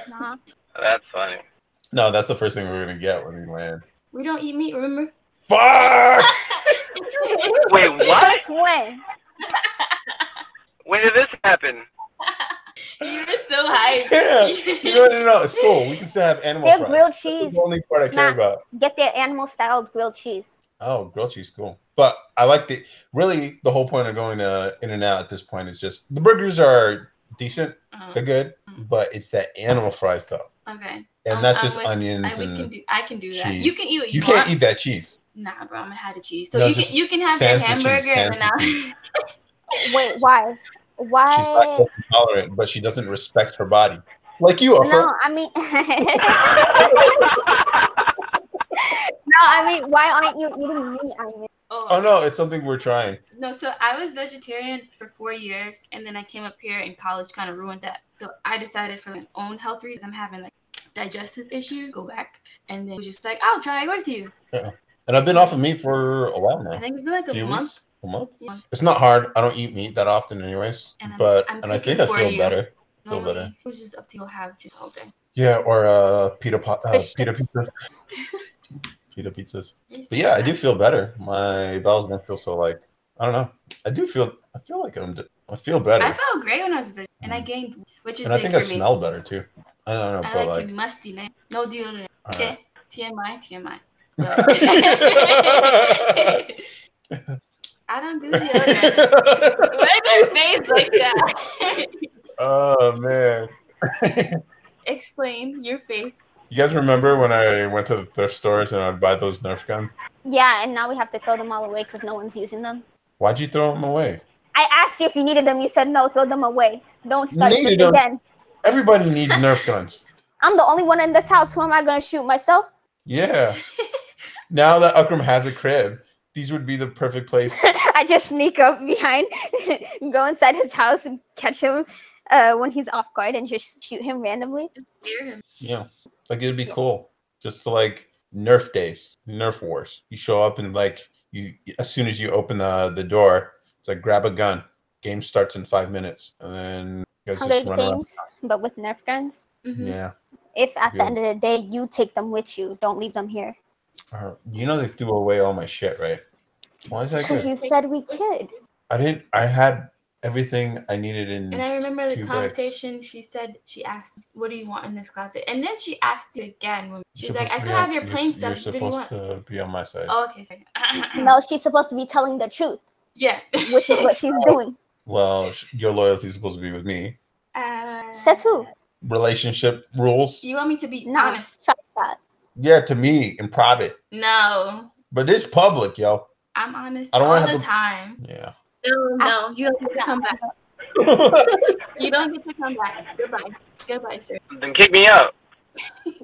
[SPEAKER 1] nah.
[SPEAKER 3] That's funny.
[SPEAKER 5] No, that's the first thing we're gonna get when we land.
[SPEAKER 4] We don't eat meat, remember?
[SPEAKER 5] Fuck!
[SPEAKER 3] Wait, what?
[SPEAKER 1] Since when?
[SPEAKER 3] When did this happen?
[SPEAKER 4] You're so
[SPEAKER 5] Yeah. You know, no, no, it's cool. We can still have animal
[SPEAKER 1] Get
[SPEAKER 5] fries.
[SPEAKER 1] grilled
[SPEAKER 5] That's
[SPEAKER 1] cheese.
[SPEAKER 5] the only part I care
[SPEAKER 1] Snacks.
[SPEAKER 5] about.
[SPEAKER 1] Get their animal style grilled cheese.
[SPEAKER 5] Oh, grilled cheese, cool. But I like the really the whole point of going to In and Out at this point is just the burgers are decent, they're good, but it's that animal fries though,
[SPEAKER 4] Oh, okay,
[SPEAKER 5] and
[SPEAKER 4] Um, Mm-hmm.
[SPEAKER 5] that's
[SPEAKER 4] I
[SPEAKER 5] just
[SPEAKER 4] would-
[SPEAKER 5] onions
[SPEAKER 4] I we
[SPEAKER 5] and
[SPEAKER 4] can do. I can do that.
[SPEAKER 5] cheese.
[SPEAKER 4] You can eat what you,
[SPEAKER 5] you
[SPEAKER 4] want.
[SPEAKER 5] can't eat that cheese.
[SPEAKER 4] Nah, bro, I'm gonna have the cheese. So
[SPEAKER 5] No,
[SPEAKER 4] you
[SPEAKER 5] just
[SPEAKER 4] can you can have your
[SPEAKER 5] sans the cheese,
[SPEAKER 4] hamburger and
[SPEAKER 5] sans
[SPEAKER 4] then
[SPEAKER 5] the
[SPEAKER 4] I'll
[SPEAKER 5] cheese.
[SPEAKER 1] Wait, why?
[SPEAKER 5] She's not
[SPEAKER 1] Why?
[SPEAKER 5] gluten tolerant, but she doesn't respect her body like you are.
[SPEAKER 1] No, I mean, no, I mean, why aren't you eating meat? I mean,
[SPEAKER 5] Oh no, it's something we're trying.
[SPEAKER 4] No, so I was vegetarian for four years, and then I came up here, and college kind of ruined that. So I decided for my own health reasons, I'm having like digestive issues. Go back, and then it was just like I'll try it with you.
[SPEAKER 5] And I've been off of meat for a while now.
[SPEAKER 4] I think it's been like a
[SPEAKER 5] few
[SPEAKER 4] month.
[SPEAKER 5] weeks? A month?
[SPEAKER 4] Yeah.
[SPEAKER 5] It's not hard. I don't eat meat that often, anyways.
[SPEAKER 4] And I'm-
[SPEAKER 5] but
[SPEAKER 4] I'm
[SPEAKER 5] and I
[SPEAKER 4] cooking
[SPEAKER 5] think I
[SPEAKER 4] for
[SPEAKER 5] feel
[SPEAKER 4] you.
[SPEAKER 5] better. Feel
[SPEAKER 4] Normally,
[SPEAKER 5] better.
[SPEAKER 4] it was just up to you have just all day.
[SPEAKER 5] Yeah, or uh, pita po- uh,
[SPEAKER 1] Fish
[SPEAKER 5] pita
[SPEAKER 1] sticks.
[SPEAKER 5] pizzas. pita pizzas. But yeah, I do feel better. My bowels don't feel so like I don't know. I do feel. I feel like I'm. I feel better, Mm.
[SPEAKER 4] I felt great when I was vegan, and I gained, which is
[SPEAKER 5] and I
[SPEAKER 4] big
[SPEAKER 5] think
[SPEAKER 4] for
[SPEAKER 5] I
[SPEAKER 4] me.
[SPEAKER 5] smell better too. I don't know,
[SPEAKER 4] I
[SPEAKER 5] but
[SPEAKER 4] like,
[SPEAKER 5] like. Uh-huh.
[SPEAKER 4] you musty, man. No deodorant.
[SPEAKER 5] all right.
[SPEAKER 4] Okay. TMI, TMI. But- I don't do deodorant. Why is your face like that?
[SPEAKER 5] oh man.
[SPEAKER 4] Explain your face.
[SPEAKER 5] You guys remember when I went to the thrift stores and I'd buy those Nerf guns?
[SPEAKER 1] Yeah, and now we have to throw them all away because no one's using them.
[SPEAKER 5] Why'd you throw them away?
[SPEAKER 1] I asked you if you needed them. You said no, throw them away. Don't start
[SPEAKER 5] Needed
[SPEAKER 1] this
[SPEAKER 5] them.
[SPEAKER 1] again.
[SPEAKER 5] Everybody needs Nerf guns.
[SPEAKER 1] I'm the only one in this house. Who am I going to shoot? Myself?
[SPEAKER 5] Yeah. now that Ukram has a crib, these would be the perfect place.
[SPEAKER 1] I just sneak up behind, go inside his house and catch him uh, when he's off guard and just shoot him randomly.
[SPEAKER 4] Dear him.
[SPEAKER 5] Yeah. Like it would be cool. Just to like Nerf days, Nerf wars. You show up and like you as soon as you open the the door, it's like grab a gun. Game starts in five minutes, and then you guys
[SPEAKER 1] Hunger
[SPEAKER 5] just run around.
[SPEAKER 1] Games, but with Nerf guns.
[SPEAKER 4] Mhm.
[SPEAKER 5] Yeah.
[SPEAKER 1] If at
[SPEAKER 5] Yeah.
[SPEAKER 1] the end of the day you take them with you, don't leave them here.
[SPEAKER 5] Uh, You know they threw away all my shit, right? Why is that
[SPEAKER 1] Because
[SPEAKER 5] good?
[SPEAKER 1] you said we could.
[SPEAKER 5] I didn't. I had everything I needed in.
[SPEAKER 4] And I remember the
[SPEAKER 5] Two bags.
[SPEAKER 4] conversation. She said she asked, "What do you want in this closet?" And then she asked you again. When
[SPEAKER 5] You're
[SPEAKER 4] she's like, "I
[SPEAKER 5] supposed to
[SPEAKER 4] still
[SPEAKER 5] be on-
[SPEAKER 4] have your
[SPEAKER 5] you're
[SPEAKER 4] plain
[SPEAKER 5] s-
[SPEAKER 4] stuff. What
[SPEAKER 5] You're
[SPEAKER 4] do you want?"
[SPEAKER 5] supposed to be on my side.
[SPEAKER 4] Oh, okay. Sorry.
[SPEAKER 1] No, she's supposed to be telling the truth,
[SPEAKER 4] Yeah.
[SPEAKER 1] which is what she's doing.
[SPEAKER 5] Well, sh- your loyalty is supposed to be with me.
[SPEAKER 4] Uh,
[SPEAKER 1] Says who?
[SPEAKER 5] Relationship rules.
[SPEAKER 4] You want me to be
[SPEAKER 1] No,
[SPEAKER 4] honest?
[SPEAKER 1] fuck that.
[SPEAKER 5] Yeah, to me in private,
[SPEAKER 4] No,
[SPEAKER 5] but it's public, yo.
[SPEAKER 4] I'm honest
[SPEAKER 5] I don't
[SPEAKER 4] all
[SPEAKER 5] wanna
[SPEAKER 4] the
[SPEAKER 5] have to-
[SPEAKER 4] time.
[SPEAKER 5] Yeah.
[SPEAKER 4] No, no, you don't get to
[SPEAKER 1] Yeah.
[SPEAKER 4] come back. You don't get to come back. Goodbye. Goodbye, sir.
[SPEAKER 3] Then kick me out.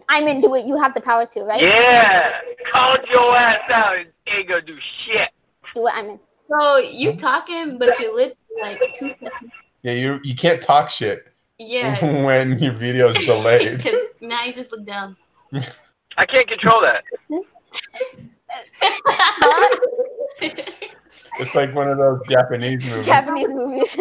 [SPEAKER 1] I'm into it. You have the power to, right?
[SPEAKER 3] Yeah, called your ass out. and Ain't gonna do shit.
[SPEAKER 1] Do what I'm in.
[SPEAKER 4] So you talking, but your lip like two seconds.
[SPEAKER 5] yeah, you you can't talk shit
[SPEAKER 4] Yeah.
[SPEAKER 5] when your video is delayed.
[SPEAKER 4] 'Cause now you just look down.
[SPEAKER 3] I can't control that.
[SPEAKER 5] it's like one of those Japanese movies.
[SPEAKER 1] Japanese movies.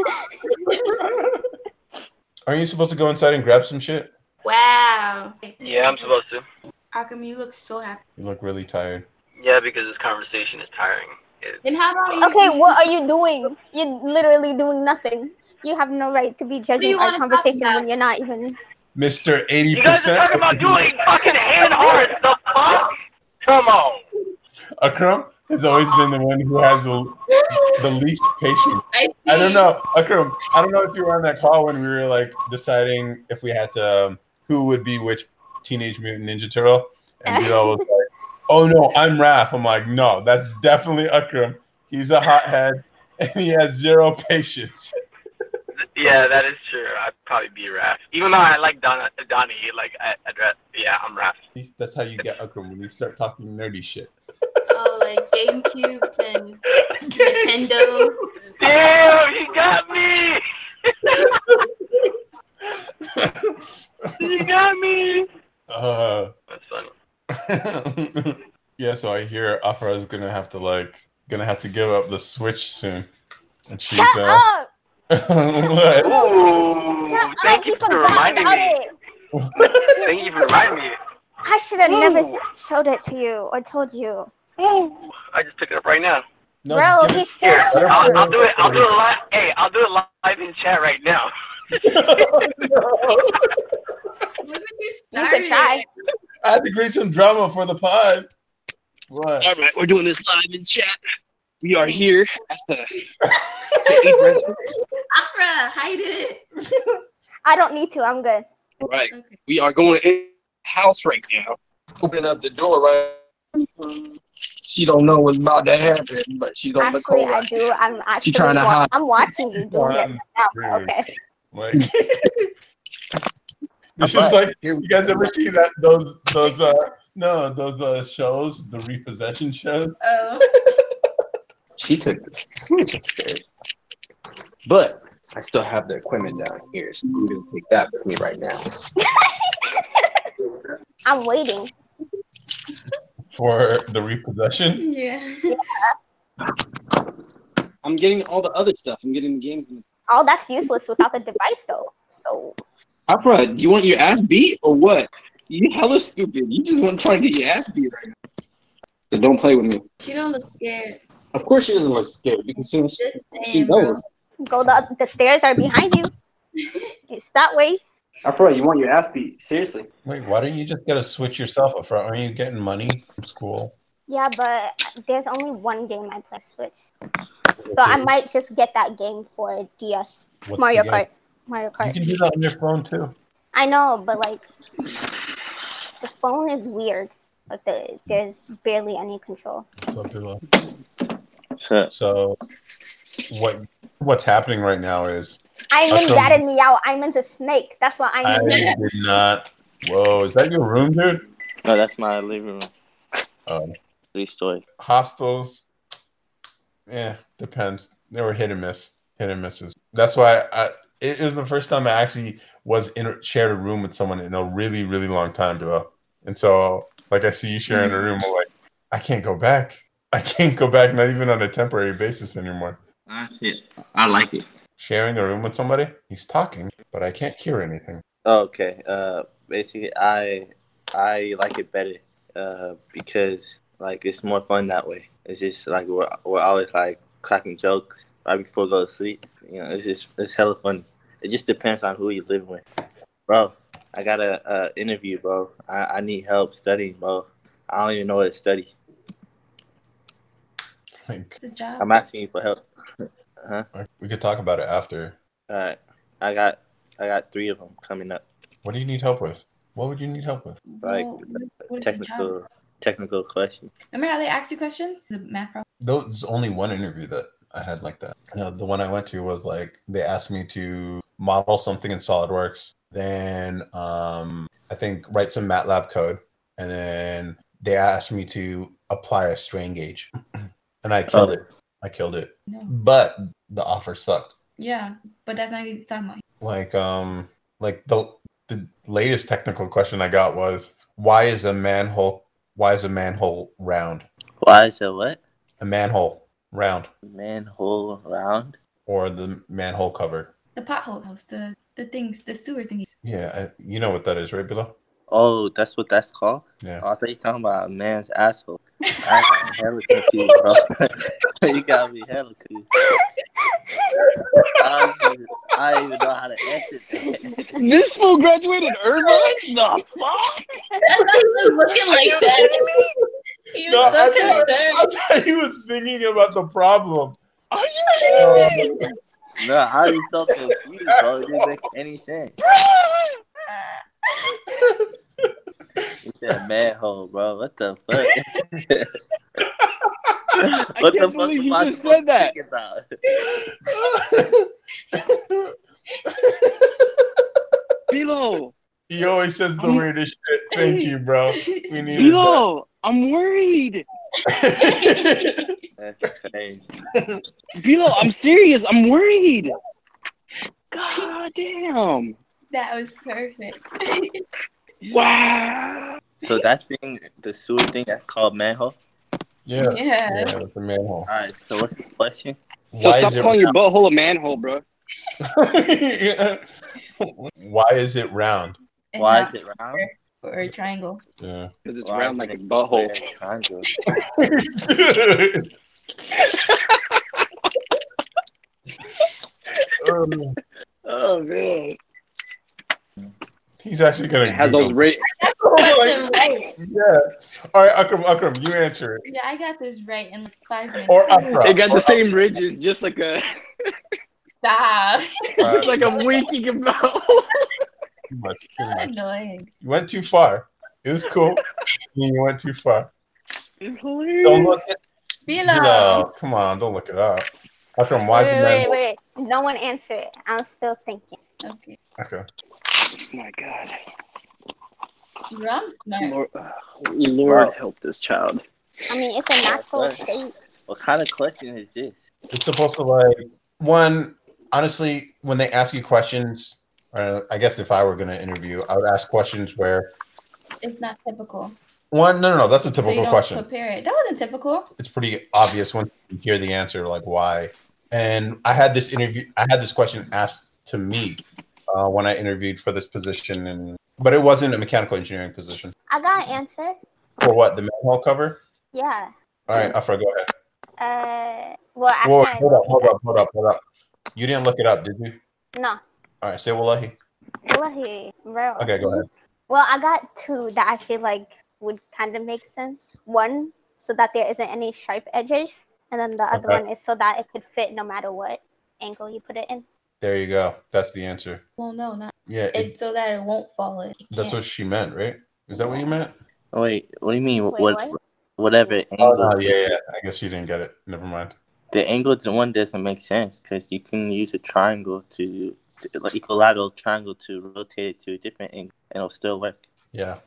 [SPEAKER 5] Aren't you supposed to go inside and grab some shit?
[SPEAKER 4] wow.
[SPEAKER 3] Yeah, I'm supposed to.
[SPEAKER 4] How come you look so happy?
[SPEAKER 5] You look really tired.
[SPEAKER 3] Yeah, because this conversation is tiring. It,
[SPEAKER 4] Then how about you?
[SPEAKER 1] okay,
[SPEAKER 4] you-
[SPEAKER 1] what are you doing? You're literally doing nothing. You have no right to be judging
[SPEAKER 4] you
[SPEAKER 1] our
[SPEAKER 4] wanna talk
[SPEAKER 1] conversation
[SPEAKER 4] about?
[SPEAKER 1] when you're not even.
[SPEAKER 5] Mister eighty
[SPEAKER 3] you guys are
[SPEAKER 5] percent.
[SPEAKER 3] talking about doing fucking hand hearts. The fuck? Come on.
[SPEAKER 5] Akram has always been the one who has the, the least patience.
[SPEAKER 4] I,
[SPEAKER 5] I don't
[SPEAKER 4] see.
[SPEAKER 5] know, Akram. I don't know if you were on that call when we were like deciding if we had to um, who would be which Teenage Mutant Ninja Turtle, and you know, was like, "Oh no, I'm Raph." I'm like, "No, that's definitely Akram. He's a hothead, and he has zero patience."
[SPEAKER 3] Yeah, that is true. I'd probably be Raph. Even though I like Don, Donnie, like I, I'd, ra- yeah, I'm Raph.
[SPEAKER 5] That's how you get Akram when you start talking nerdy shit.
[SPEAKER 4] Oh, like GameCubes and Nintendo.
[SPEAKER 3] Damn, he got me. he got me.
[SPEAKER 5] Uh,
[SPEAKER 3] That's funny.
[SPEAKER 5] yeah, so I hear Afra is gonna have to like gonna have to give up the switch soon, and she's
[SPEAKER 1] Shut
[SPEAKER 5] uh,
[SPEAKER 1] up!
[SPEAKER 5] what?
[SPEAKER 3] Ooh,
[SPEAKER 1] Shut up!
[SPEAKER 3] thank you
[SPEAKER 1] You
[SPEAKER 3] for
[SPEAKER 1] forgot
[SPEAKER 3] reminding
[SPEAKER 1] about
[SPEAKER 3] me.
[SPEAKER 1] it.
[SPEAKER 3] Thank you for reminding me.
[SPEAKER 1] I should have never
[SPEAKER 3] Ooh.
[SPEAKER 1] showed it to you or told you,
[SPEAKER 3] Ooh, I just took it up right now.
[SPEAKER 5] No,
[SPEAKER 1] bro.
[SPEAKER 5] just give
[SPEAKER 1] He's still
[SPEAKER 5] I don't
[SPEAKER 3] I'll, I'll
[SPEAKER 1] here.
[SPEAKER 3] do it. I'll do it live. Hey, I'll do it live in chat right now.
[SPEAKER 5] it-
[SPEAKER 4] Look at you
[SPEAKER 1] You could try.
[SPEAKER 5] I had to create some drama for the pod. What?
[SPEAKER 3] Uh,
[SPEAKER 7] All right, we're doing this live in chat. We are here at the, the eighth residence.
[SPEAKER 4] Opera, hide it.
[SPEAKER 1] I don't need to. I'm good.
[SPEAKER 7] All Right,
[SPEAKER 4] Okay.
[SPEAKER 7] we are going in the house right now. Open up the door, right? She don't know what's about to happen, but she's on the
[SPEAKER 1] Actually,
[SPEAKER 7] call.
[SPEAKER 1] I do. I'm actually.
[SPEAKER 7] trying to
[SPEAKER 1] wa-
[SPEAKER 7] hide.
[SPEAKER 1] I'm watching you doing it
[SPEAKER 5] Um,
[SPEAKER 1] now.
[SPEAKER 5] rude.
[SPEAKER 1] Okay.
[SPEAKER 5] Like, this is like
[SPEAKER 7] Here we
[SPEAKER 5] you guys ever see that those those uh no those uh shows the repossession shows
[SPEAKER 4] Oh.
[SPEAKER 7] She took the switch upstairs, but I still have the equipment down here, so I'm gonna take that with me right now.
[SPEAKER 1] I'm waiting.
[SPEAKER 5] for the repossession.
[SPEAKER 4] Yeah.
[SPEAKER 7] I'm getting all the other stuff. I'm getting the games.
[SPEAKER 1] All that's useless without the device, though. So
[SPEAKER 7] Opera, do you want your ass beat or what? You hella stupid. You just want to try to get your ass beat right now. So don't play with me.
[SPEAKER 4] She don't look scared.
[SPEAKER 7] Of course she doesn't look scared because she,
[SPEAKER 4] Just
[SPEAKER 7] she
[SPEAKER 4] saying,
[SPEAKER 7] knows.
[SPEAKER 4] bro.
[SPEAKER 1] Go the the stairs are behind you. It's that way.
[SPEAKER 8] I feel like you want your ass beat. Seriously.
[SPEAKER 5] Wait, why don't you just get a switch yourself up front? Aren't you getting money from school?
[SPEAKER 1] Yeah, but there's only one game I play Switch, so I might just get that game for DS.
[SPEAKER 5] What's
[SPEAKER 1] Mario
[SPEAKER 5] the
[SPEAKER 1] Kart.
[SPEAKER 5] game?
[SPEAKER 1] Mario
[SPEAKER 5] You
[SPEAKER 1] Kart.
[SPEAKER 5] can do that on your phone too.
[SPEAKER 1] I know, but like the phone is weird. Like the there's barely any control.
[SPEAKER 5] So people-
[SPEAKER 6] So,
[SPEAKER 5] So what what's happening right now is
[SPEAKER 1] I'm in
[SPEAKER 5] Okay.
[SPEAKER 1] that and meow. I'm into snake. That's what
[SPEAKER 5] I
[SPEAKER 1] I'm into.
[SPEAKER 5] did not. Whoa, is that your room, dude?
[SPEAKER 6] no, that's my living room.
[SPEAKER 5] Um,
[SPEAKER 6] Three story.
[SPEAKER 5] hostels. Yeah, depends. They were hit and miss, hit and misses. That's why I. It was the first time I actually was in a, shared a room with someone in a really, really long time, duo. And so, like, I see you sharing
[SPEAKER 6] Mm.
[SPEAKER 5] a room, I'm like, I can't go back. I can't go back, not even on a temporary basis anymore.
[SPEAKER 6] That's it. I like it.
[SPEAKER 5] Sharing a room with somebody, he's talking, but I can't hear anything.
[SPEAKER 9] Okay. Uh, basically, I I like it better uh, because like it's more fun that way. It's just like we're, we're always like cracking jokes right before we go to sleep. You know, it's just it's hella fun. It just depends on who you live with, bro. I got a uh, interview, bro. I, I need help studying, bro. I don't even know what to study.
[SPEAKER 5] Like,
[SPEAKER 4] It's a job.
[SPEAKER 9] I'm asking you for help.
[SPEAKER 5] we could talk about it after.
[SPEAKER 9] All right, I got I got three of them coming up.
[SPEAKER 5] What do you need help with? What would you need help with?
[SPEAKER 9] Like
[SPEAKER 4] Well, what is the job?
[SPEAKER 9] technical technical question.
[SPEAKER 4] Remember how they asked you questions? The math problem.
[SPEAKER 5] There's only one interview that I had like that. No, the one I went to was like they asked me to model something in SolidWorks, then um, I think write some MATLAB code, and then they asked me to apply a strain gauge, and I killed it. I killed it,
[SPEAKER 4] No.
[SPEAKER 5] but the offer sucked.
[SPEAKER 4] Yeah, but that's not what he's talking about.
[SPEAKER 5] Like um, like the the latest technical question I got was why is a manhole why is a manhole round?
[SPEAKER 9] Why is it what
[SPEAKER 5] A manhole round
[SPEAKER 9] manhole round?
[SPEAKER 5] or the manhole cover?
[SPEAKER 4] The pothole house, the the things, the sewer thingies.
[SPEAKER 5] Yeah, I, you know what that is, right, Bilo?
[SPEAKER 9] Oh, that's what that's called?
[SPEAKER 5] Yeah.
[SPEAKER 9] Oh, I thought you were talking about a man's asshole. I got hella confused, bro. you got me hella confused. I don't, even, I don't even know how to answer that.
[SPEAKER 7] This fool graduated Irvine? The fuck?
[SPEAKER 4] That's why he was looking like that. He was
[SPEAKER 5] No, I
[SPEAKER 4] so
[SPEAKER 5] thought-
[SPEAKER 4] concerned.
[SPEAKER 5] thought he was thinking about the problem.
[SPEAKER 7] Are you kidding me?
[SPEAKER 9] No, I was so confused, bro. It didn't make any sense. You said manhole, bro. What the fuck? what
[SPEAKER 7] can't believe you just said
[SPEAKER 9] supposed to
[SPEAKER 7] that.
[SPEAKER 9] think about?
[SPEAKER 7] Bilo,
[SPEAKER 5] he always says the
[SPEAKER 7] I'm-
[SPEAKER 5] weirdest shit. Thank you, bro. We need
[SPEAKER 7] Bilo, I'm worried.
[SPEAKER 5] it.
[SPEAKER 9] That's crazy.
[SPEAKER 7] Bilo, I'm serious. I'm worried. God damn.
[SPEAKER 4] That was perfect.
[SPEAKER 7] Wow.
[SPEAKER 9] So that thing, the sewer thing, that's called manhole?
[SPEAKER 5] yeah,
[SPEAKER 4] Yeah.
[SPEAKER 5] yeah, with the manhole.
[SPEAKER 9] All right, so what's the question?
[SPEAKER 7] So
[SPEAKER 5] Why
[SPEAKER 7] stop
[SPEAKER 5] is it
[SPEAKER 7] calling your butthole a manhole, bro.
[SPEAKER 5] Yeah. Why is it round?
[SPEAKER 4] And
[SPEAKER 9] Why
[SPEAKER 4] not
[SPEAKER 9] is it round?
[SPEAKER 4] square Or a triangle.
[SPEAKER 5] Yeah.
[SPEAKER 7] Because it's
[SPEAKER 9] Why
[SPEAKER 7] round
[SPEAKER 9] is
[SPEAKER 7] like
[SPEAKER 9] it
[SPEAKER 7] a butthole.
[SPEAKER 9] triangle?
[SPEAKER 5] Um,
[SPEAKER 7] Oh man.
[SPEAKER 5] he's actually gonna
[SPEAKER 7] It has
[SPEAKER 5] Google.
[SPEAKER 7] those ra-
[SPEAKER 5] Oh my-
[SPEAKER 4] right.
[SPEAKER 5] yeah. All right, Akram, Akram, you answer it.
[SPEAKER 4] Yeah, I got this right in like five minutes.
[SPEAKER 5] Or Akram.
[SPEAKER 7] it got
[SPEAKER 5] Or
[SPEAKER 7] the same ridges, just like a
[SPEAKER 4] Stop.
[SPEAKER 5] Akram.
[SPEAKER 7] just like I'm winking about.
[SPEAKER 5] Too Uh, much, too much.
[SPEAKER 4] annoying.
[SPEAKER 5] You went too far. It was cool. you went too far.
[SPEAKER 7] it's
[SPEAKER 5] Don't
[SPEAKER 7] hilarious.
[SPEAKER 5] look it
[SPEAKER 4] Bilo.
[SPEAKER 5] up. Come on, don't look it up. Akram, why is
[SPEAKER 1] wait,
[SPEAKER 5] the
[SPEAKER 1] wait,
[SPEAKER 5] man?
[SPEAKER 1] wait. No one answer it. I'm still thinking.
[SPEAKER 4] Okay.
[SPEAKER 5] Okay.
[SPEAKER 7] Oh my god.
[SPEAKER 4] Bro, I'm smart.
[SPEAKER 7] Lord, Lord help this child.
[SPEAKER 1] I mean, it's a natural
[SPEAKER 9] Right.
[SPEAKER 1] state.
[SPEAKER 9] What kind of question is this?
[SPEAKER 5] It's supposed to like one. Honestly, when they ask you questions, or I guess if I were going to interview, I would ask questions where
[SPEAKER 4] It's not typical.
[SPEAKER 5] one. No, no, no. That's a
[SPEAKER 4] so you
[SPEAKER 5] typical
[SPEAKER 4] don't
[SPEAKER 5] question.
[SPEAKER 4] prepare it. That wasn't typical.
[SPEAKER 5] it's pretty obvious once you hear the answer, like why. And I had this interview, I had this question asked to me uh, when I interviewed for this position, and but it wasn't a mechanical engineering position.
[SPEAKER 1] I got an answer.
[SPEAKER 5] For what the manhole cover?
[SPEAKER 1] Yeah.
[SPEAKER 5] All right, Afra, go ahead.
[SPEAKER 1] Uh, well, after
[SPEAKER 5] Whoa,
[SPEAKER 1] I
[SPEAKER 5] hold up, hold up, hold up, hold up. You didn't look it up, did you?
[SPEAKER 1] no,
[SPEAKER 5] All right, say Wallahi.
[SPEAKER 1] Wallahi, bro.
[SPEAKER 5] Okay, go ahead.
[SPEAKER 1] Well, I got two that I feel like would kind of make sense. One, so that there isn't any sharp edges, and then the other
[SPEAKER 5] Okay.
[SPEAKER 1] one is so that it could fit no matter what angle you put it in.
[SPEAKER 5] There you go. That's the answer.
[SPEAKER 4] Well, no, not.
[SPEAKER 5] Yeah, it,
[SPEAKER 4] It's so that it won't fall in. It
[SPEAKER 5] that's
[SPEAKER 4] can't.
[SPEAKER 5] what she meant, right? Is that what you meant?
[SPEAKER 9] Oh, wait, what do you mean?
[SPEAKER 1] Wait,
[SPEAKER 9] what,
[SPEAKER 1] what?
[SPEAKER 9] Whatever
[SPEAKER 5] Oh,
[SPEAKER 9] angle.
[SPEAKER 5] no, yeah, yeah. I guess she didn't get it. Never mind.
[SPEAKER 9] The angle to one doesn't make sense because you can use a triangle to, to like equilateral triangle to rotate it to a different angle and it'll still work.
[SPEAKER 5] Yeah.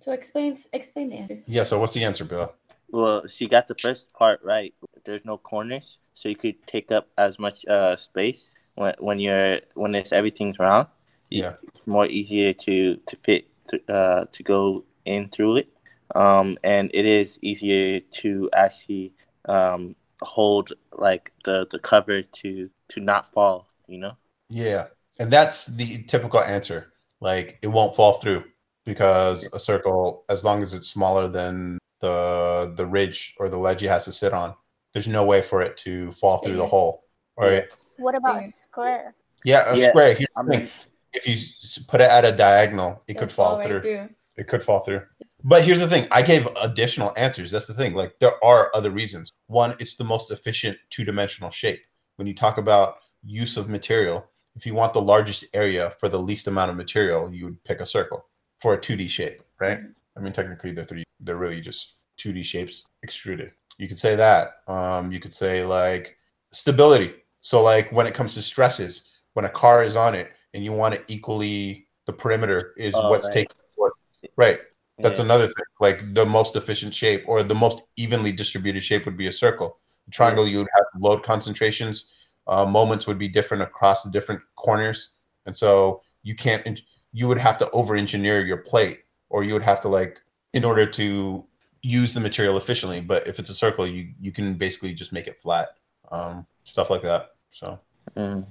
[SPEAKER 4] So explain explain the answer.
[SPEAKER 5] Yeah, so what's the answer, Bill?
[SPEAKER 9] Well, she got the first part right. There's no corners, so you could take up as much uh, space when when you're when it's everything's round.
[SPEAKER 5] Yeah.
[SPEAKER 9] It's more easier to to fit th- uh, to go in through it, um, and it is easier to actually um, hold like the the cover to to not fall. You know.
[SPEAKER 5] Yeah. And that's the typical answer. Like it won't fall through because a circle, as long as it's smaller than the the ridge or the ledge it has to sit on, there's no way for it to fall through the
[SPEAKER 4] Yeah.
[SPEAKER 5] hole. All right.
[SPEAKER 1] What about a
[SPEAKER 4] Yeah.
[SPEAKER 1] square?
[SPEAKER 5] Yeah, a
[SPEAKER 9] Yeah,
[SPEAKER 5] square. Here's the
[SPEAKER 9] I mean-
[SPEAKER 5] thing. If you s- put it at a diagonal, it
[SPEAKER 4] It'll
[SPEAKER 5] could fall,
[SPEAKER 4] right
[SPEAKER 5] through. It could fall through. But here's the thing. I gave additional answers. That's the thing. Like there are other reasons. One, it's the most efficient two-dimensional shape. When you talk about use of material, if you want the largest area for the least amount of material, you would pick a circle for a 2D shape, right? I mean, technically they're three. They're really just 2D shapes extruded. You could say that. Um, you could say like stability. So like when it comes to stresses, when a car is on it and you want it equally, the perimeter is
[SPEAKER 9] Oh,
[SPEAKER 5] what's
[SPEAKER 9] right.
[SPEAKER 5] taking what- right. That's
[SPEAKER 9] Yeah.
[SPEAKER 5] another thing. Like the most efficient shape or the most evenly distributed shape would be a circle. A triangle, you would have load concentrations. Uh, moments would be different across the different corners, and so you can't. en- You would have to over-engineer your plate, or you would have to like in order to use the material efficiently. But if it's a circle, you you can basically just make it flat. Um, stuff like that. So
[SPEAKER 9] Mm.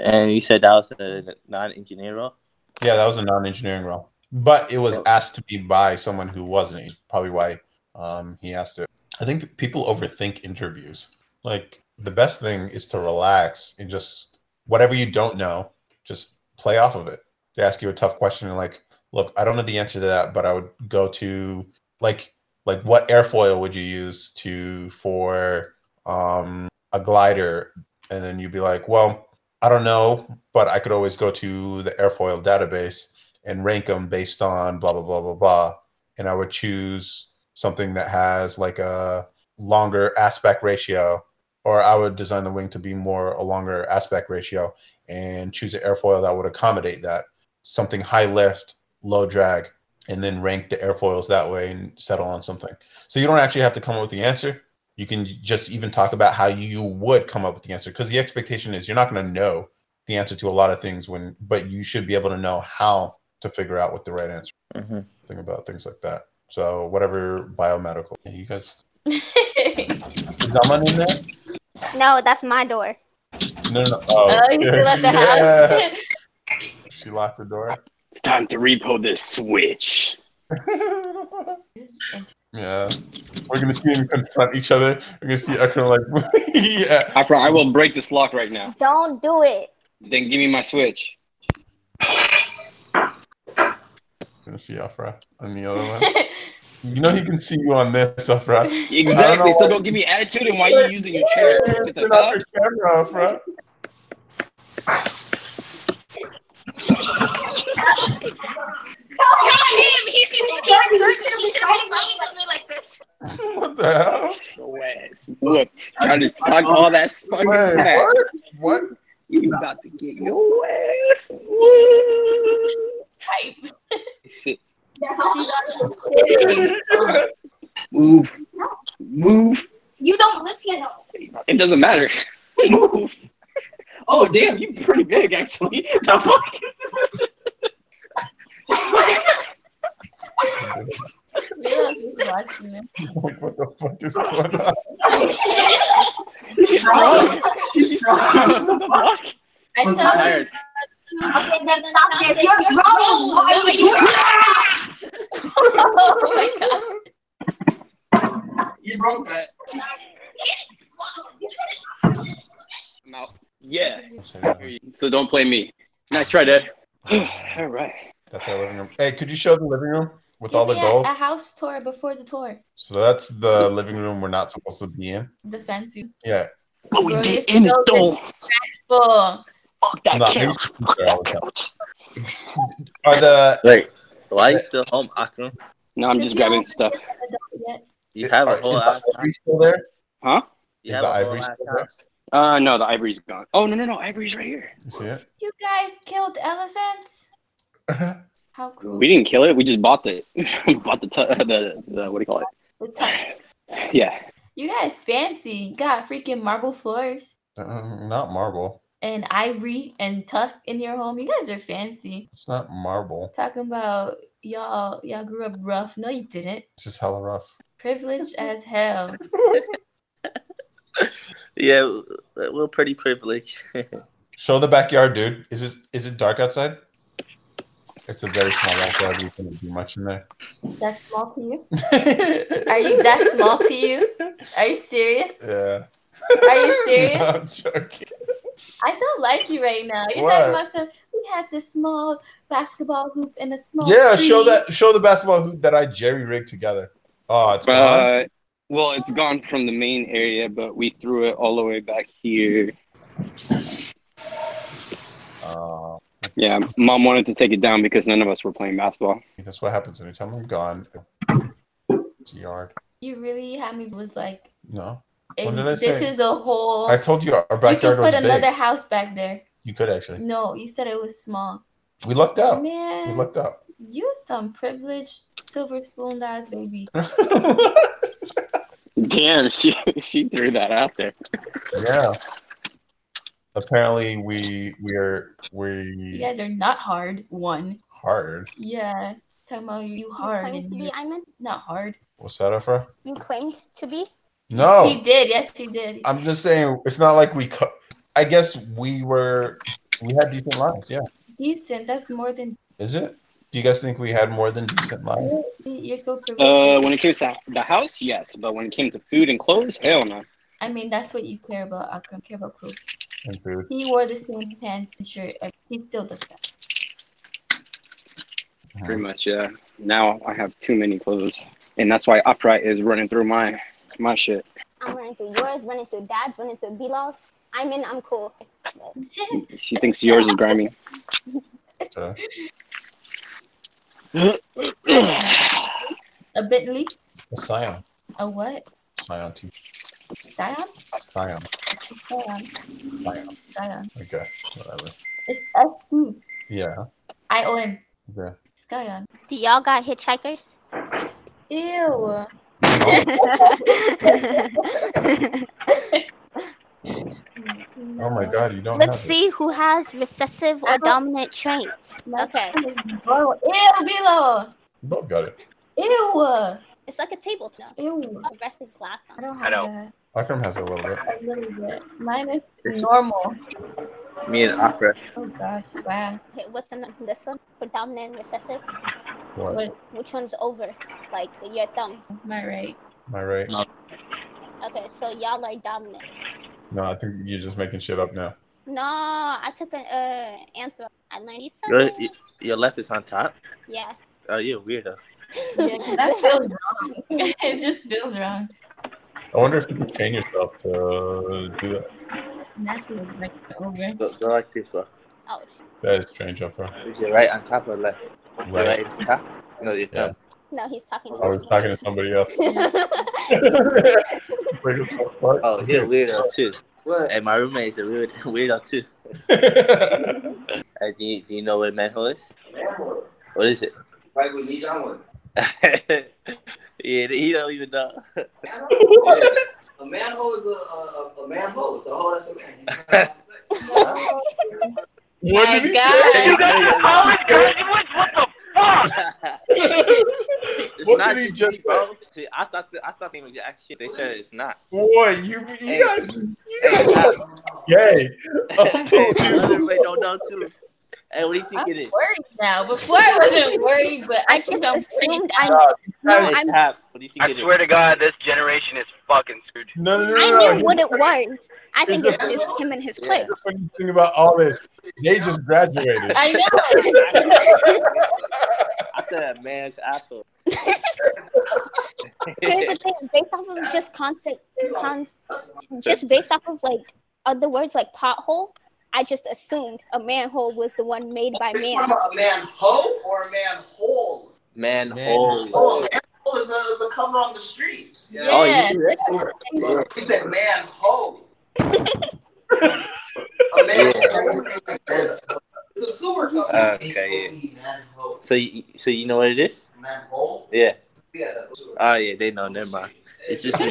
[SPEAKER 9] And you said that was a non-engineer role.
[SPEAKER 5] yeah, that was a non-engineering role, but it was asked to be by someone who wasn't. It's probably why um, he asked it. I think people overthink interviews. Like the best thing is to relax and just whatever you don't know, just play off of it. They ask you a tough question and like, look, I don't know the answer to that, but I would go to like like what airfoil would you use to for um a glider? And then you'd be like, well, I don't know, but I could always go to the airfoil database and rank them based on blah blah blah blah blah. And I would choose something that has like a longer aspect ratio, or I would design the wing to be more a longer aspect ratio and choose an airfoil that would accommodate that. Something high lift, low drag, and then rank the airfoils that way and settle on something. So you don't actually have to come up with the answer. You can just even talk about how you would come up with the answer because the expectation is you're not going to know the answer to a lot of things when, but you should be able to know how to figure out what the right answer.
[SPEAKER 9] Mm-hmm.
[SPEAKER 5] Think about things like that. So whatever biomedical, you guys,
[SPEAKER 4] oh,
[SPEAKER 5] is Zaman in there?
[SPEAKER 1] No, that's my door.
[SPEAKER 5] No, no, no. Oh,
[SPEAKER 4] you still at the
[SPEAKER 5] yeah.
[SPEAKER 4] house?
[SPEAKER 5] She locked the door.
[SPEAKER 7] It's time to repo this switch.
[SPEAKER 5] yeah, we're gonna see them confront each other. We're gonna see Akron like, yeah.
[SPEAKER 7] I, pro- I will break this lock right now.
[SPEAKER 1] Don't do it.
[SPEAKER 7] Then give me my switch.
[SPEAKER 5] We're gonna see Afra on the other one. You know he can see you on this, Afra. I don't know
[SPEAKER 7] Exactly. So
[SPEAKER 5] why-
[SPEAKER 7] don't give me attitude and why you using your chair. What the
[SPEAKER 5] Turn off
[SPEAKER 7] fuck?
[SPEAKER 5] your camera, Afra.
[SPEAKER 10] him. He's he's good. He should have been fighting with me like this.
[SPEAKER 5] What the hell?
[SPEAKER 7] Your ass whooped. Trying to talk all that fucking
[SPEAKER 5] Wait,
[SPEAKER 7] smack.
[SPEAKER 5] what? What?
[SPEAKER 7] You about to get your ass whooped.
[SPEAKER 4] Type.
[SPEAKER 7] Sit.
[SPEAKER 5] yeah,
[SPEAKER 7] Move. Move.
[SPEAKER 10] You don't live here, no.
[SPEAKER 7] It doesn't matter. Move. Oh damn, you pretty big actually. The fuck?
[SPEAKER 4] Yeah, he's watching them.
[SPEAKER 5] like, what the fuck is going on?
[SPEAKER 7] She's strong. She's strong. What the fuck?
[SPEAKER 4] I
[SPEAKER 7] I'm
[SPEAKER 4] tell you,
[SPEAKER 7] tired.
[SPEAKER 10] Okay, then stop this. You're wrong. Why are you?
[SPEAKER 4] oh my god.
[SPEAKER 7] You broke that.
[SPEAKER 6] Yeah. So don't play me. Nice try, Dad. All right.
[SPEAKER 5] That's our living room. Hey, could you show the living room with all the
[SPEAKER 4] Yeah, uh,
[SPEAKER 5] gold?
[SPEAKER 4] a house tour before the tour.
[SPEAKER 5] So that's the living room we're not supposed to be in.
[SPEAKER 4] The fancy.
[SPEAKER 5] Yeah.
[SPEAKER 4] But we
[SPEAKER 7] did in it, though.
[SPEAKER 4] Full.
[SPEAKER 5] No, they used to be there all the time. Are the
[SPEAKER 9] wait? Why are you still home, Akram?
[SPEAKER 6] No, I'm just grabbing stuff.
[SPEAKER 9] You have a
[SPEAKER 5] Is
[SPEAKER 9] whole
[SPEAKER 5] the
[SPEAKER 9] ass
[SPEAKER 5] ivory still there?
[SPEAKER 6] Huh?
[SPEAKER 9] You
[SPEAKER 5] Is
[SPEAKER 9] have
[SPEAKER 5] the
[SPEAKER 9] a whole
[SPEAKER 5] ivory
[SPEAKER 9] ass
[SPEAKER 5] still there?
[SPEAKER 6] Uh, no, the ivory's gone. Oh no, no, no, ivory's right here.
[SPEAKER 5] You see it?
[SPEAKER 4] You guys killed elephants?
[SPEAKER 5] Uh,
[SPEAKER 4] How cool.
[SPEAKER 6] We didn't kill it. We just bought it. we bought the, tu- the the what do you call it?
[SPEAKER 4] The tusk.
[SPEAKER 6] Yeah.
[SPEAKER 4] You guys fancy. Got freaking marble floors
[SPEAKER 5] Um, not marble.
[SPEAKER 4] and ivory and tusk in your home. You guys are fancy.
[SPEAKER 5] It's not marble.
[SPEAKER 4] Talking about y'all y'all grew up rough. No, you didn't.
[SPEAKER 5] It's just hella rough.
[SPEAKER 4] Privileged as hell.
[SPEAKER 9] Yeah, w- we're pretty privileged.
[SPEAKER 5] Show the backyard, dude. Is it is it dark outside? It's a very small backyard. You can do much in there.
[SPEAKER 4] That's small to you? Are you that small to you? Are you serious?
[SPEAKER 5] Yeah.
[SPEAKER 4] Are you serious?
[SPEAKER 5] No, I'm joking.
[SPEAKER 4] I don't like you right now. You're
[SPEAKER 5] Why?
[SPEAKER 4] talking about some. We had this small basketball hoop and a small.
[SPEAKER 5] yeah,
[SPEAKER 4] tree.
[SPEAKER 5] show that show the basketball hoop that I jerry rigged together. Oh, it's gone.
[SPEAKER 6] Uh, well, it's gone from the main area, but we threw it all the way back here.
[SPEAKER 5] Oh,
[SPEAKER 6] Yeah, mom wanted to take it down because none of us were playing basketball.
[SPEAKER 5] that's what happens anytime I'm gone. It's a yard.
[SPEAKER 4] You really had me was like.
[SPEAKER 5] No,
[SPEAKER 4] eh,
[SPEAKER 5] What did I
[SPEAKER 4] this
[SPEAKER 5] say?
[SPEAKER 4] is a whole.
[SPEAKER 5] I told you our
[SPEAKER 4] you could
[SPEAKER 5] backyard was
[SPEAKER 4] put
[SPEAKER 5] big.
[SPEAKER 4] another house back there.
[SPEAKER 5] You could actually.
[SPEAKER 4] No, you said it was small.
[SPEAKER 5] We lucked out. We
[SPEAKER 4] Man,
[SPEAKER 5] lucked out.
[SPEAKER 4] you some privileged silver spoon ass baby.
[SPEAKER 6] Damn, she she threw that out there.
[SPEAKER 5] Yeah. Apparently, we we are we
[SPEAKER 4] You guys are not hard. One.
[SPEAKER 5] hard.
[SPEAKER 4] Yeah. Talking about you hard
[SPEAKER 1] claimed
[SPEAKER 4] and
[SPEAKER 1] to
[SPEAKER 4] you
[SPEAKER 1] be Iman?
[SPEAKER 4] not hard.
[SPEAKER 5] What's that, Afra?
[SPEAKER 1] You claimed to be?
[SPEAKER 5] No,
[SPEAKER 4] He did. Yes, he did.
[SPEAKER 5] Oh. I'm just saying it's not like we. Co- I guess we were we had decent lives. Yeah,
[SPEAKER 4] Decent. That's more than
[SPEAKER 5] is it? Do you guys think we had more than decent lives?
[SPEAKER 4] you're so privileged.
[SPEAKER 6] Uh, when it came to the house, yes, but when it came to food and clothes, hell no.
[SPEAKER 4] I mean, that's what you care about. Akram care about clothes.
[SPEAKER 5] And food.
[SPEAKER 4] He wore the same pants and shirt. and He still does that.
[SPEAKER 6] Pretty much, yeah. Now I have too many clothes, and that's why upright is running through my my shit.
[SPEAKER 1] I'm running through yours, running through dad's, running through Bilal's. I'm in, I'm cool.
[SPEAKER 6] She thinks yours is grimy.
[SPEAKER 5] Okay.
[SPEAKER 4] A Bentley?
[SPEAKER 5] Scion,
[SPEAKER 4] A what?
[SPEAKER 5] Scion, T-
[SPEAKER 4] Scion?
[SPEAKER 5] Scion,
[SPEAKER 4] Scion.
[SPEAKER 5] Scion.
[SPEAKER 4] Scion.
[SPEAKER 5] Okay, whatever.
[SPEAKER 4] It's S-C.
[SPEAKER 5] Yeah.
[SPEAKER 4] I-O-N.
[SPEAKER 5] Yeah.
[SPEAKER 4] Scion.
[SPEAKER 1] Do y'all got hitchhikers?
[SPEAKER 4] Ew.
[SPEAKER 5] Oh my God, you don't.
[SPEAKER 1] Let's
[SPEAKER 5] have
[SPEAKER 1] see who has recessive or dominant traits. Okay.
[SPEAKER 4] Ew, Bilo.
[SPEAKER 5] It. You both got it.
[SPEAKER 4] Ew.
[SPEAKER 1] It's like a table now.
[SPEAKER 4] Ew.
[SPEAKER 1] The rest of glass
[SPEAKER 4] I
[SPEAKER 1] on.
[SPEAKER 4] don't
[SPEAKER 3] I
[SPEAKER 4] have
[SPEAKER 3] know.
[SPEAKER 5] Akram has it a little bit.
[SPEAKER 4] that. A little bit. Mine is normal.
[SPEAKER 9] Me and Akram.
[SPEAKER 4] Oh gosh. Wow.
[SPEAKER 1] Okay, what's the, this one? For dominant and recessive?
[SPEAKER 5] What?
[SPEAKER 4] What
[SPEAKER 1] Which one's over? Like your thumbs.
[SPEAKER 4] am I right?
[SPEAKER 5] Am I right?
[SPEAKER 1] Okay, so y'all are dominant.
[SPEAKER 5] No, I think you're just making shit up now.
[SPEAKER 1] No, I took an uh, anthrop. I learned you
[SPEAKER 9] Your,
[SPEAKER 1] something.
[SPEAKER 9] your left is on top.
[SPEAKER 1] Yeah.
[SPEAKER 9] Oh, you're a weirdo.
[SPEAKER 4] Yeah, that feels wrong. it just feels wrong.
[SPEAKER 5] I wonder if you can train yourself to do that.
[SPEAKER 4] Naturally, like over.
[SPEAKER 9] Go, go like this one.
[SPEAKER 1] oh,
[SPEAKER 5] That is strange, Afra.
[SPEAKER 9] Is your right on top or left? Your right
[SPEAKER 5] Right.
[SPEAKER 9] is on top. No, your
[SPEAKER 5] Yeah.
[SPEAKER 9] thumb.
[SPEAKER 1] no, he's talking to
[SPEAKER 5] I was talking to somebody else. Break yourself apart.
[SPEAKER 9] Oh, you're a weirdo too. Hey, my roommate is a weird, weirdo too. Hey, do, you, do you know what manhole is? What is it? yeah, he don't even know.
[SPEAKER 11] A manhole is a, a, a- a manhole. It's a hole that's a
[SPEAKER 5] What
[SPEAKER 4] My
[SPEAKER 5] did he
[SPEAKER 3] You
[SPEAKER 4] God.
[SPEAKER 3] guys are college graduates? What the fuck?
[SPEAKER 9] It's
[SPEAKER 5] What
[SPEAKER 9] not
[SPEAKER 5] did he
[SPEAKER 9] GC,
[SPEAKER 5] just
[SPEAKER 9] bro. See, I thought the, I thought they were just actually they said it's not.
[SPEAKER 5] Boy, you,
[SPEAKER 9] Hey.
[SPEAKER 5] you guys, you
[SPEAKER 9] Hey,
[SPEAKER 5] guys
[SPEAKER 9] I-
[SPEAKER 5] are gay.
[SPEAKER 9] hey, my other roommate don't know too. Hey, what do you think
[SPEAKER 4] I'm
[SPEAKER 9] it is?
[SPEAKER 4] worried now. Before I wasn't worried, but I
[SPEAKER 1] I
[SPEAKER 4] just
[SPEAKER 1] just
[SPEAKER 4] I'm
[SPEAKER 1] assumed
[SPEAKER 4] freaking
[SPEAKER 1] I
[SPEAKER 5] God,
[SPEAKER 1] no,
[SPEAKER 9] It's
[SPEAKER 1] I'm
[SPEAKER 9] half. What do you think?
[SPEAKER 3] I
[SPEAKER 9] it is?
[SPEAKER 3] swear to God, this generation is fucking screwed.
[SPEAKER 5] No, no, no, no.
[SPEAKER 1] I
[SPEAKER 5] no.
[SPEAKER 1] knew what it was. I
[SPEAKER 5] Here's
[SPEAKER 1] think it's
[SPEAKER 5] the-
[SPEAKER 1] just him and his clique.
[SPEAKER 5] What do you think about all this? They just graduated.
[SPEAKER 1] I know.
[SPEAKER 9] I said that man's asshole.
[SPEAKER 1] Here's the thing: based off of just constant, cons, just based off of like other words like pothole, I just assumed a manhole was the one made by man.
[SPEAKER 11] Mama, a manhole or a manhole?
[SPEAKER 9] Man,
[SPEAKER 11] Oh,
[SPEAKER 9] hole.
[SPEAKER 11] manhole is a, is a cover on the street.
[SPEAKER 4] Yeah. Oh, you do
[SPEAKER 11] that He said manhole. a manhole. It's a sewer cover.
[SPEAKER 9] Okay, yeah. So, you, so you know what it is?
[SPEAKER 11] manhole.
[SPEAKER 9] Yeah.
[SPEAKER 11] Yeah.
[SPEAKER 9] Oh yeah, they know. Never mind. It's just me.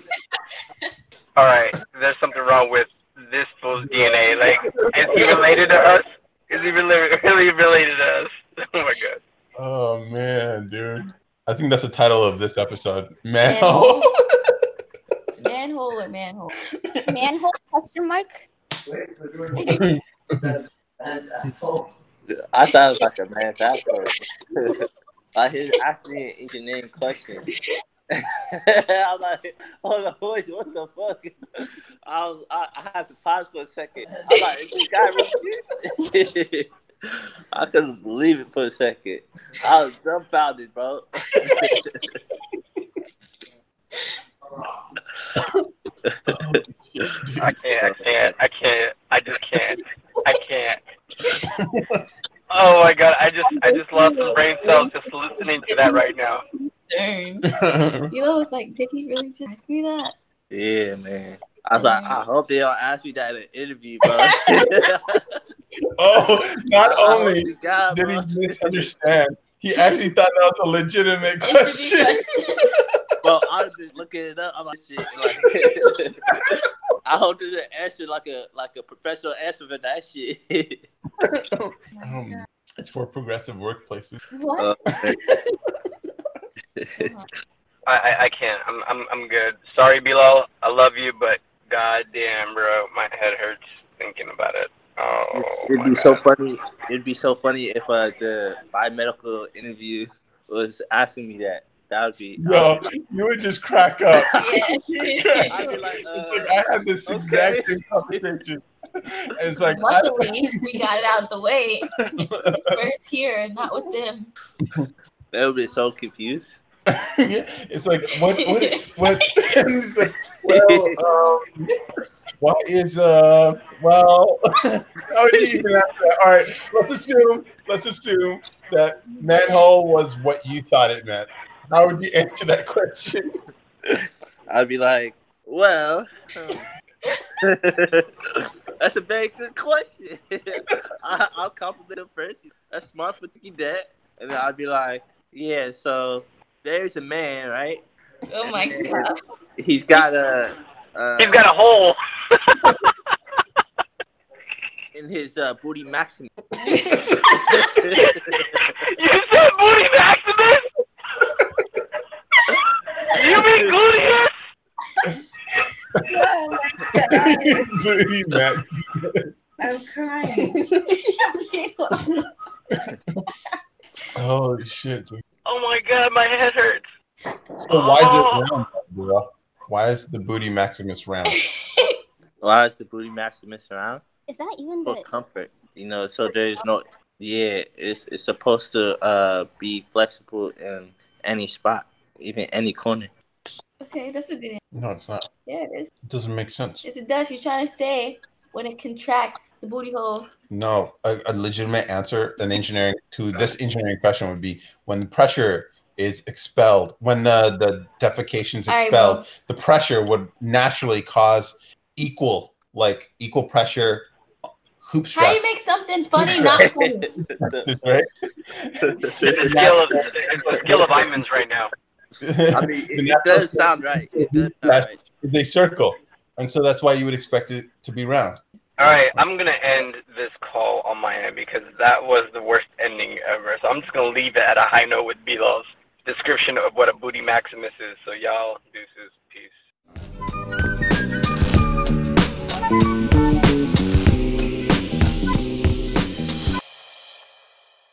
[SPEAKER 3] All right, there's something wrong with this fool's DNA. Like, is he related to us? Is he really, really related to us? Oh my god.
[SPEAKER 5] Oh man, dude. I think that's the title of this episode. Man, oh,
[SPEAKER 4] Manhole. Manhole or manhole?
[SPEAKER 1] Manhole question mark?
[SPEAKER 9] I thought it was like a man's asshole. like his actually an engineering question. I'm like, hold on, what, what the fuck? I was, I, I had to pause for a second. I'm like, is this guy really? I couldn't believe it for a second. I was dumbfounded, bro.
[SPEAKER 3] I can't. I can't. I can't. I just can't. I can't. Oh my god! I just, I just lost some brain cells just listening to that right now.
[SPEAKER 4] Darn.
[SPEAKER 5] yeah,
[SPEAKER 4] You know, it's like, did he really just ask me that?
[SPEAKER 9] man. I was like, I hope they don't ask me that in an interview, bro.
[SPEAKER 5] oh, not
[SPEAKER 9] I hope
[SPEAKER 5] only
[SPEAKER 9] to God,
[SPEAKER 5] did
[SPEAKER 9] bro.
[SPEAKER 5] he misunderstand, he actually thought that was a legitimate question.
[SPEAKER 9] Well, I've been looking it up. I'm like, shit. Like, I hope there's an answer like a like a professional answer for that shit.
[SPEAKER 5] Um, it's for progressive workplaces.
[SPEAKER 4] What?
[SPEAKER 9] Uh,
[SPEAKER 3] I, I, I can't. I'm, I'm, I'm good. Sorry, Bilal. I love you, but goddamn, bro, my head hurts thinking about it. Oh,
[SPEAKER 9] it'd
[SPEAKER 3] my
[SPEAKER 9] be
[SPEAKER 3] God.
[SPEAKER 9] so funny. It'd be so funny if uh, the biomedical interview was asking me that. That would be.
[SPEAKER 5] Yo, you would just crack up. You'd crack
[SPEAKER 9] I'd be
[SPEAKER 5] up.
[SPEAKER 9] like, uh,
[SPEAKER 5] It's like, I had this exact same conversation. It's like, I,
[SPEAKER 4] Luckily, we got it out the way. We're here, not with them.
[SPEAKER 9] they would be so confused.
[SPEAKER 5] yeah, it's like what what what it's like, well um, why is uh well how would you even ask that? all right let's assume let's assume that manhole was what you thought it meant how would you answer that question
[SPEAKER 9] I'd be like, well, um, that's a very good question. I, I'll compliment him first. That's smart for thinking that. And then I'd be like, yeah, so there's a man, right?
[SPEAKER 4] Oh my god.
[SPEAKER 9] He's got a. Uh,
[SPEAKER 3] He's got a hole.
[SPEAKER 9] in his uh, booty maximum.
[SPEAKER 3] You said booty maximus? you mean gluteus?
[SPEAKER 5] Booty max.
[SPEAKER 12] I'm crying.
[SPEAKER 5] oh shit dude.
[SPEAKER 3] Oh my god, my head hurts.
[SPEAKER 5] so why is it round bro? why is the booty maximus round
[SPEAKER 9] Why is the booty maximus around?
[SPEAKER 1] Is that even
[SPEAKER 9] For
[SPEAKER 1] the?
[SPEAKER 9] comfort, you know. So there's no. Yeah, it's it's supposed to uh be flexible in any spot, even any corner.
[SPEAKER 4] Okay, that's a good answer.
[SPEAKER 5] no it's not
[SPEAKER 4] Yeah, it is.
[SPEAKER 5] it doesn't make sense
[SPEAKER 4] Yes, it does. You're trying to say when it contracts the booty hole.
[SPEAKER 5] No, a, a legitimate answer, an engineering to this engineering question would be when the pressure is expelled, when the the defecation's
[SPEAKER 4] I will.
[SPEAKER 5] expelled, the pressure would naturally cause equal like equal pressure uh, hoop
[SPEAKER 4] How do
[SPEAKER 5] stress.
[SPEAKER 4] you make something funny not funny?
[SPEAKER 5] This, right?
[SPEAKER 3] It's a skill of, it's a skill of Iman's right now.
[SPEAKER 9] I mean, it,
[SPEAKER 5] The
[SPEAKER 9] it
[SPEAKER 5] natural
[SPEAKER 9] does sound right. It does sound
[SPEAKER 5] Yes.
[SPEAKER 9] right.
[SPEAKER 5] they circle, and so that's why you would expect it to be round.
[SPEAKER 3] All right, I'm gonna end this call on my end because that was the worst ending ever. So I'm just gonna leave it at a high note with Bilal's description of what a booty maximus is. So y'all, deuces, peace.
[SPEAKER 10] Thank you.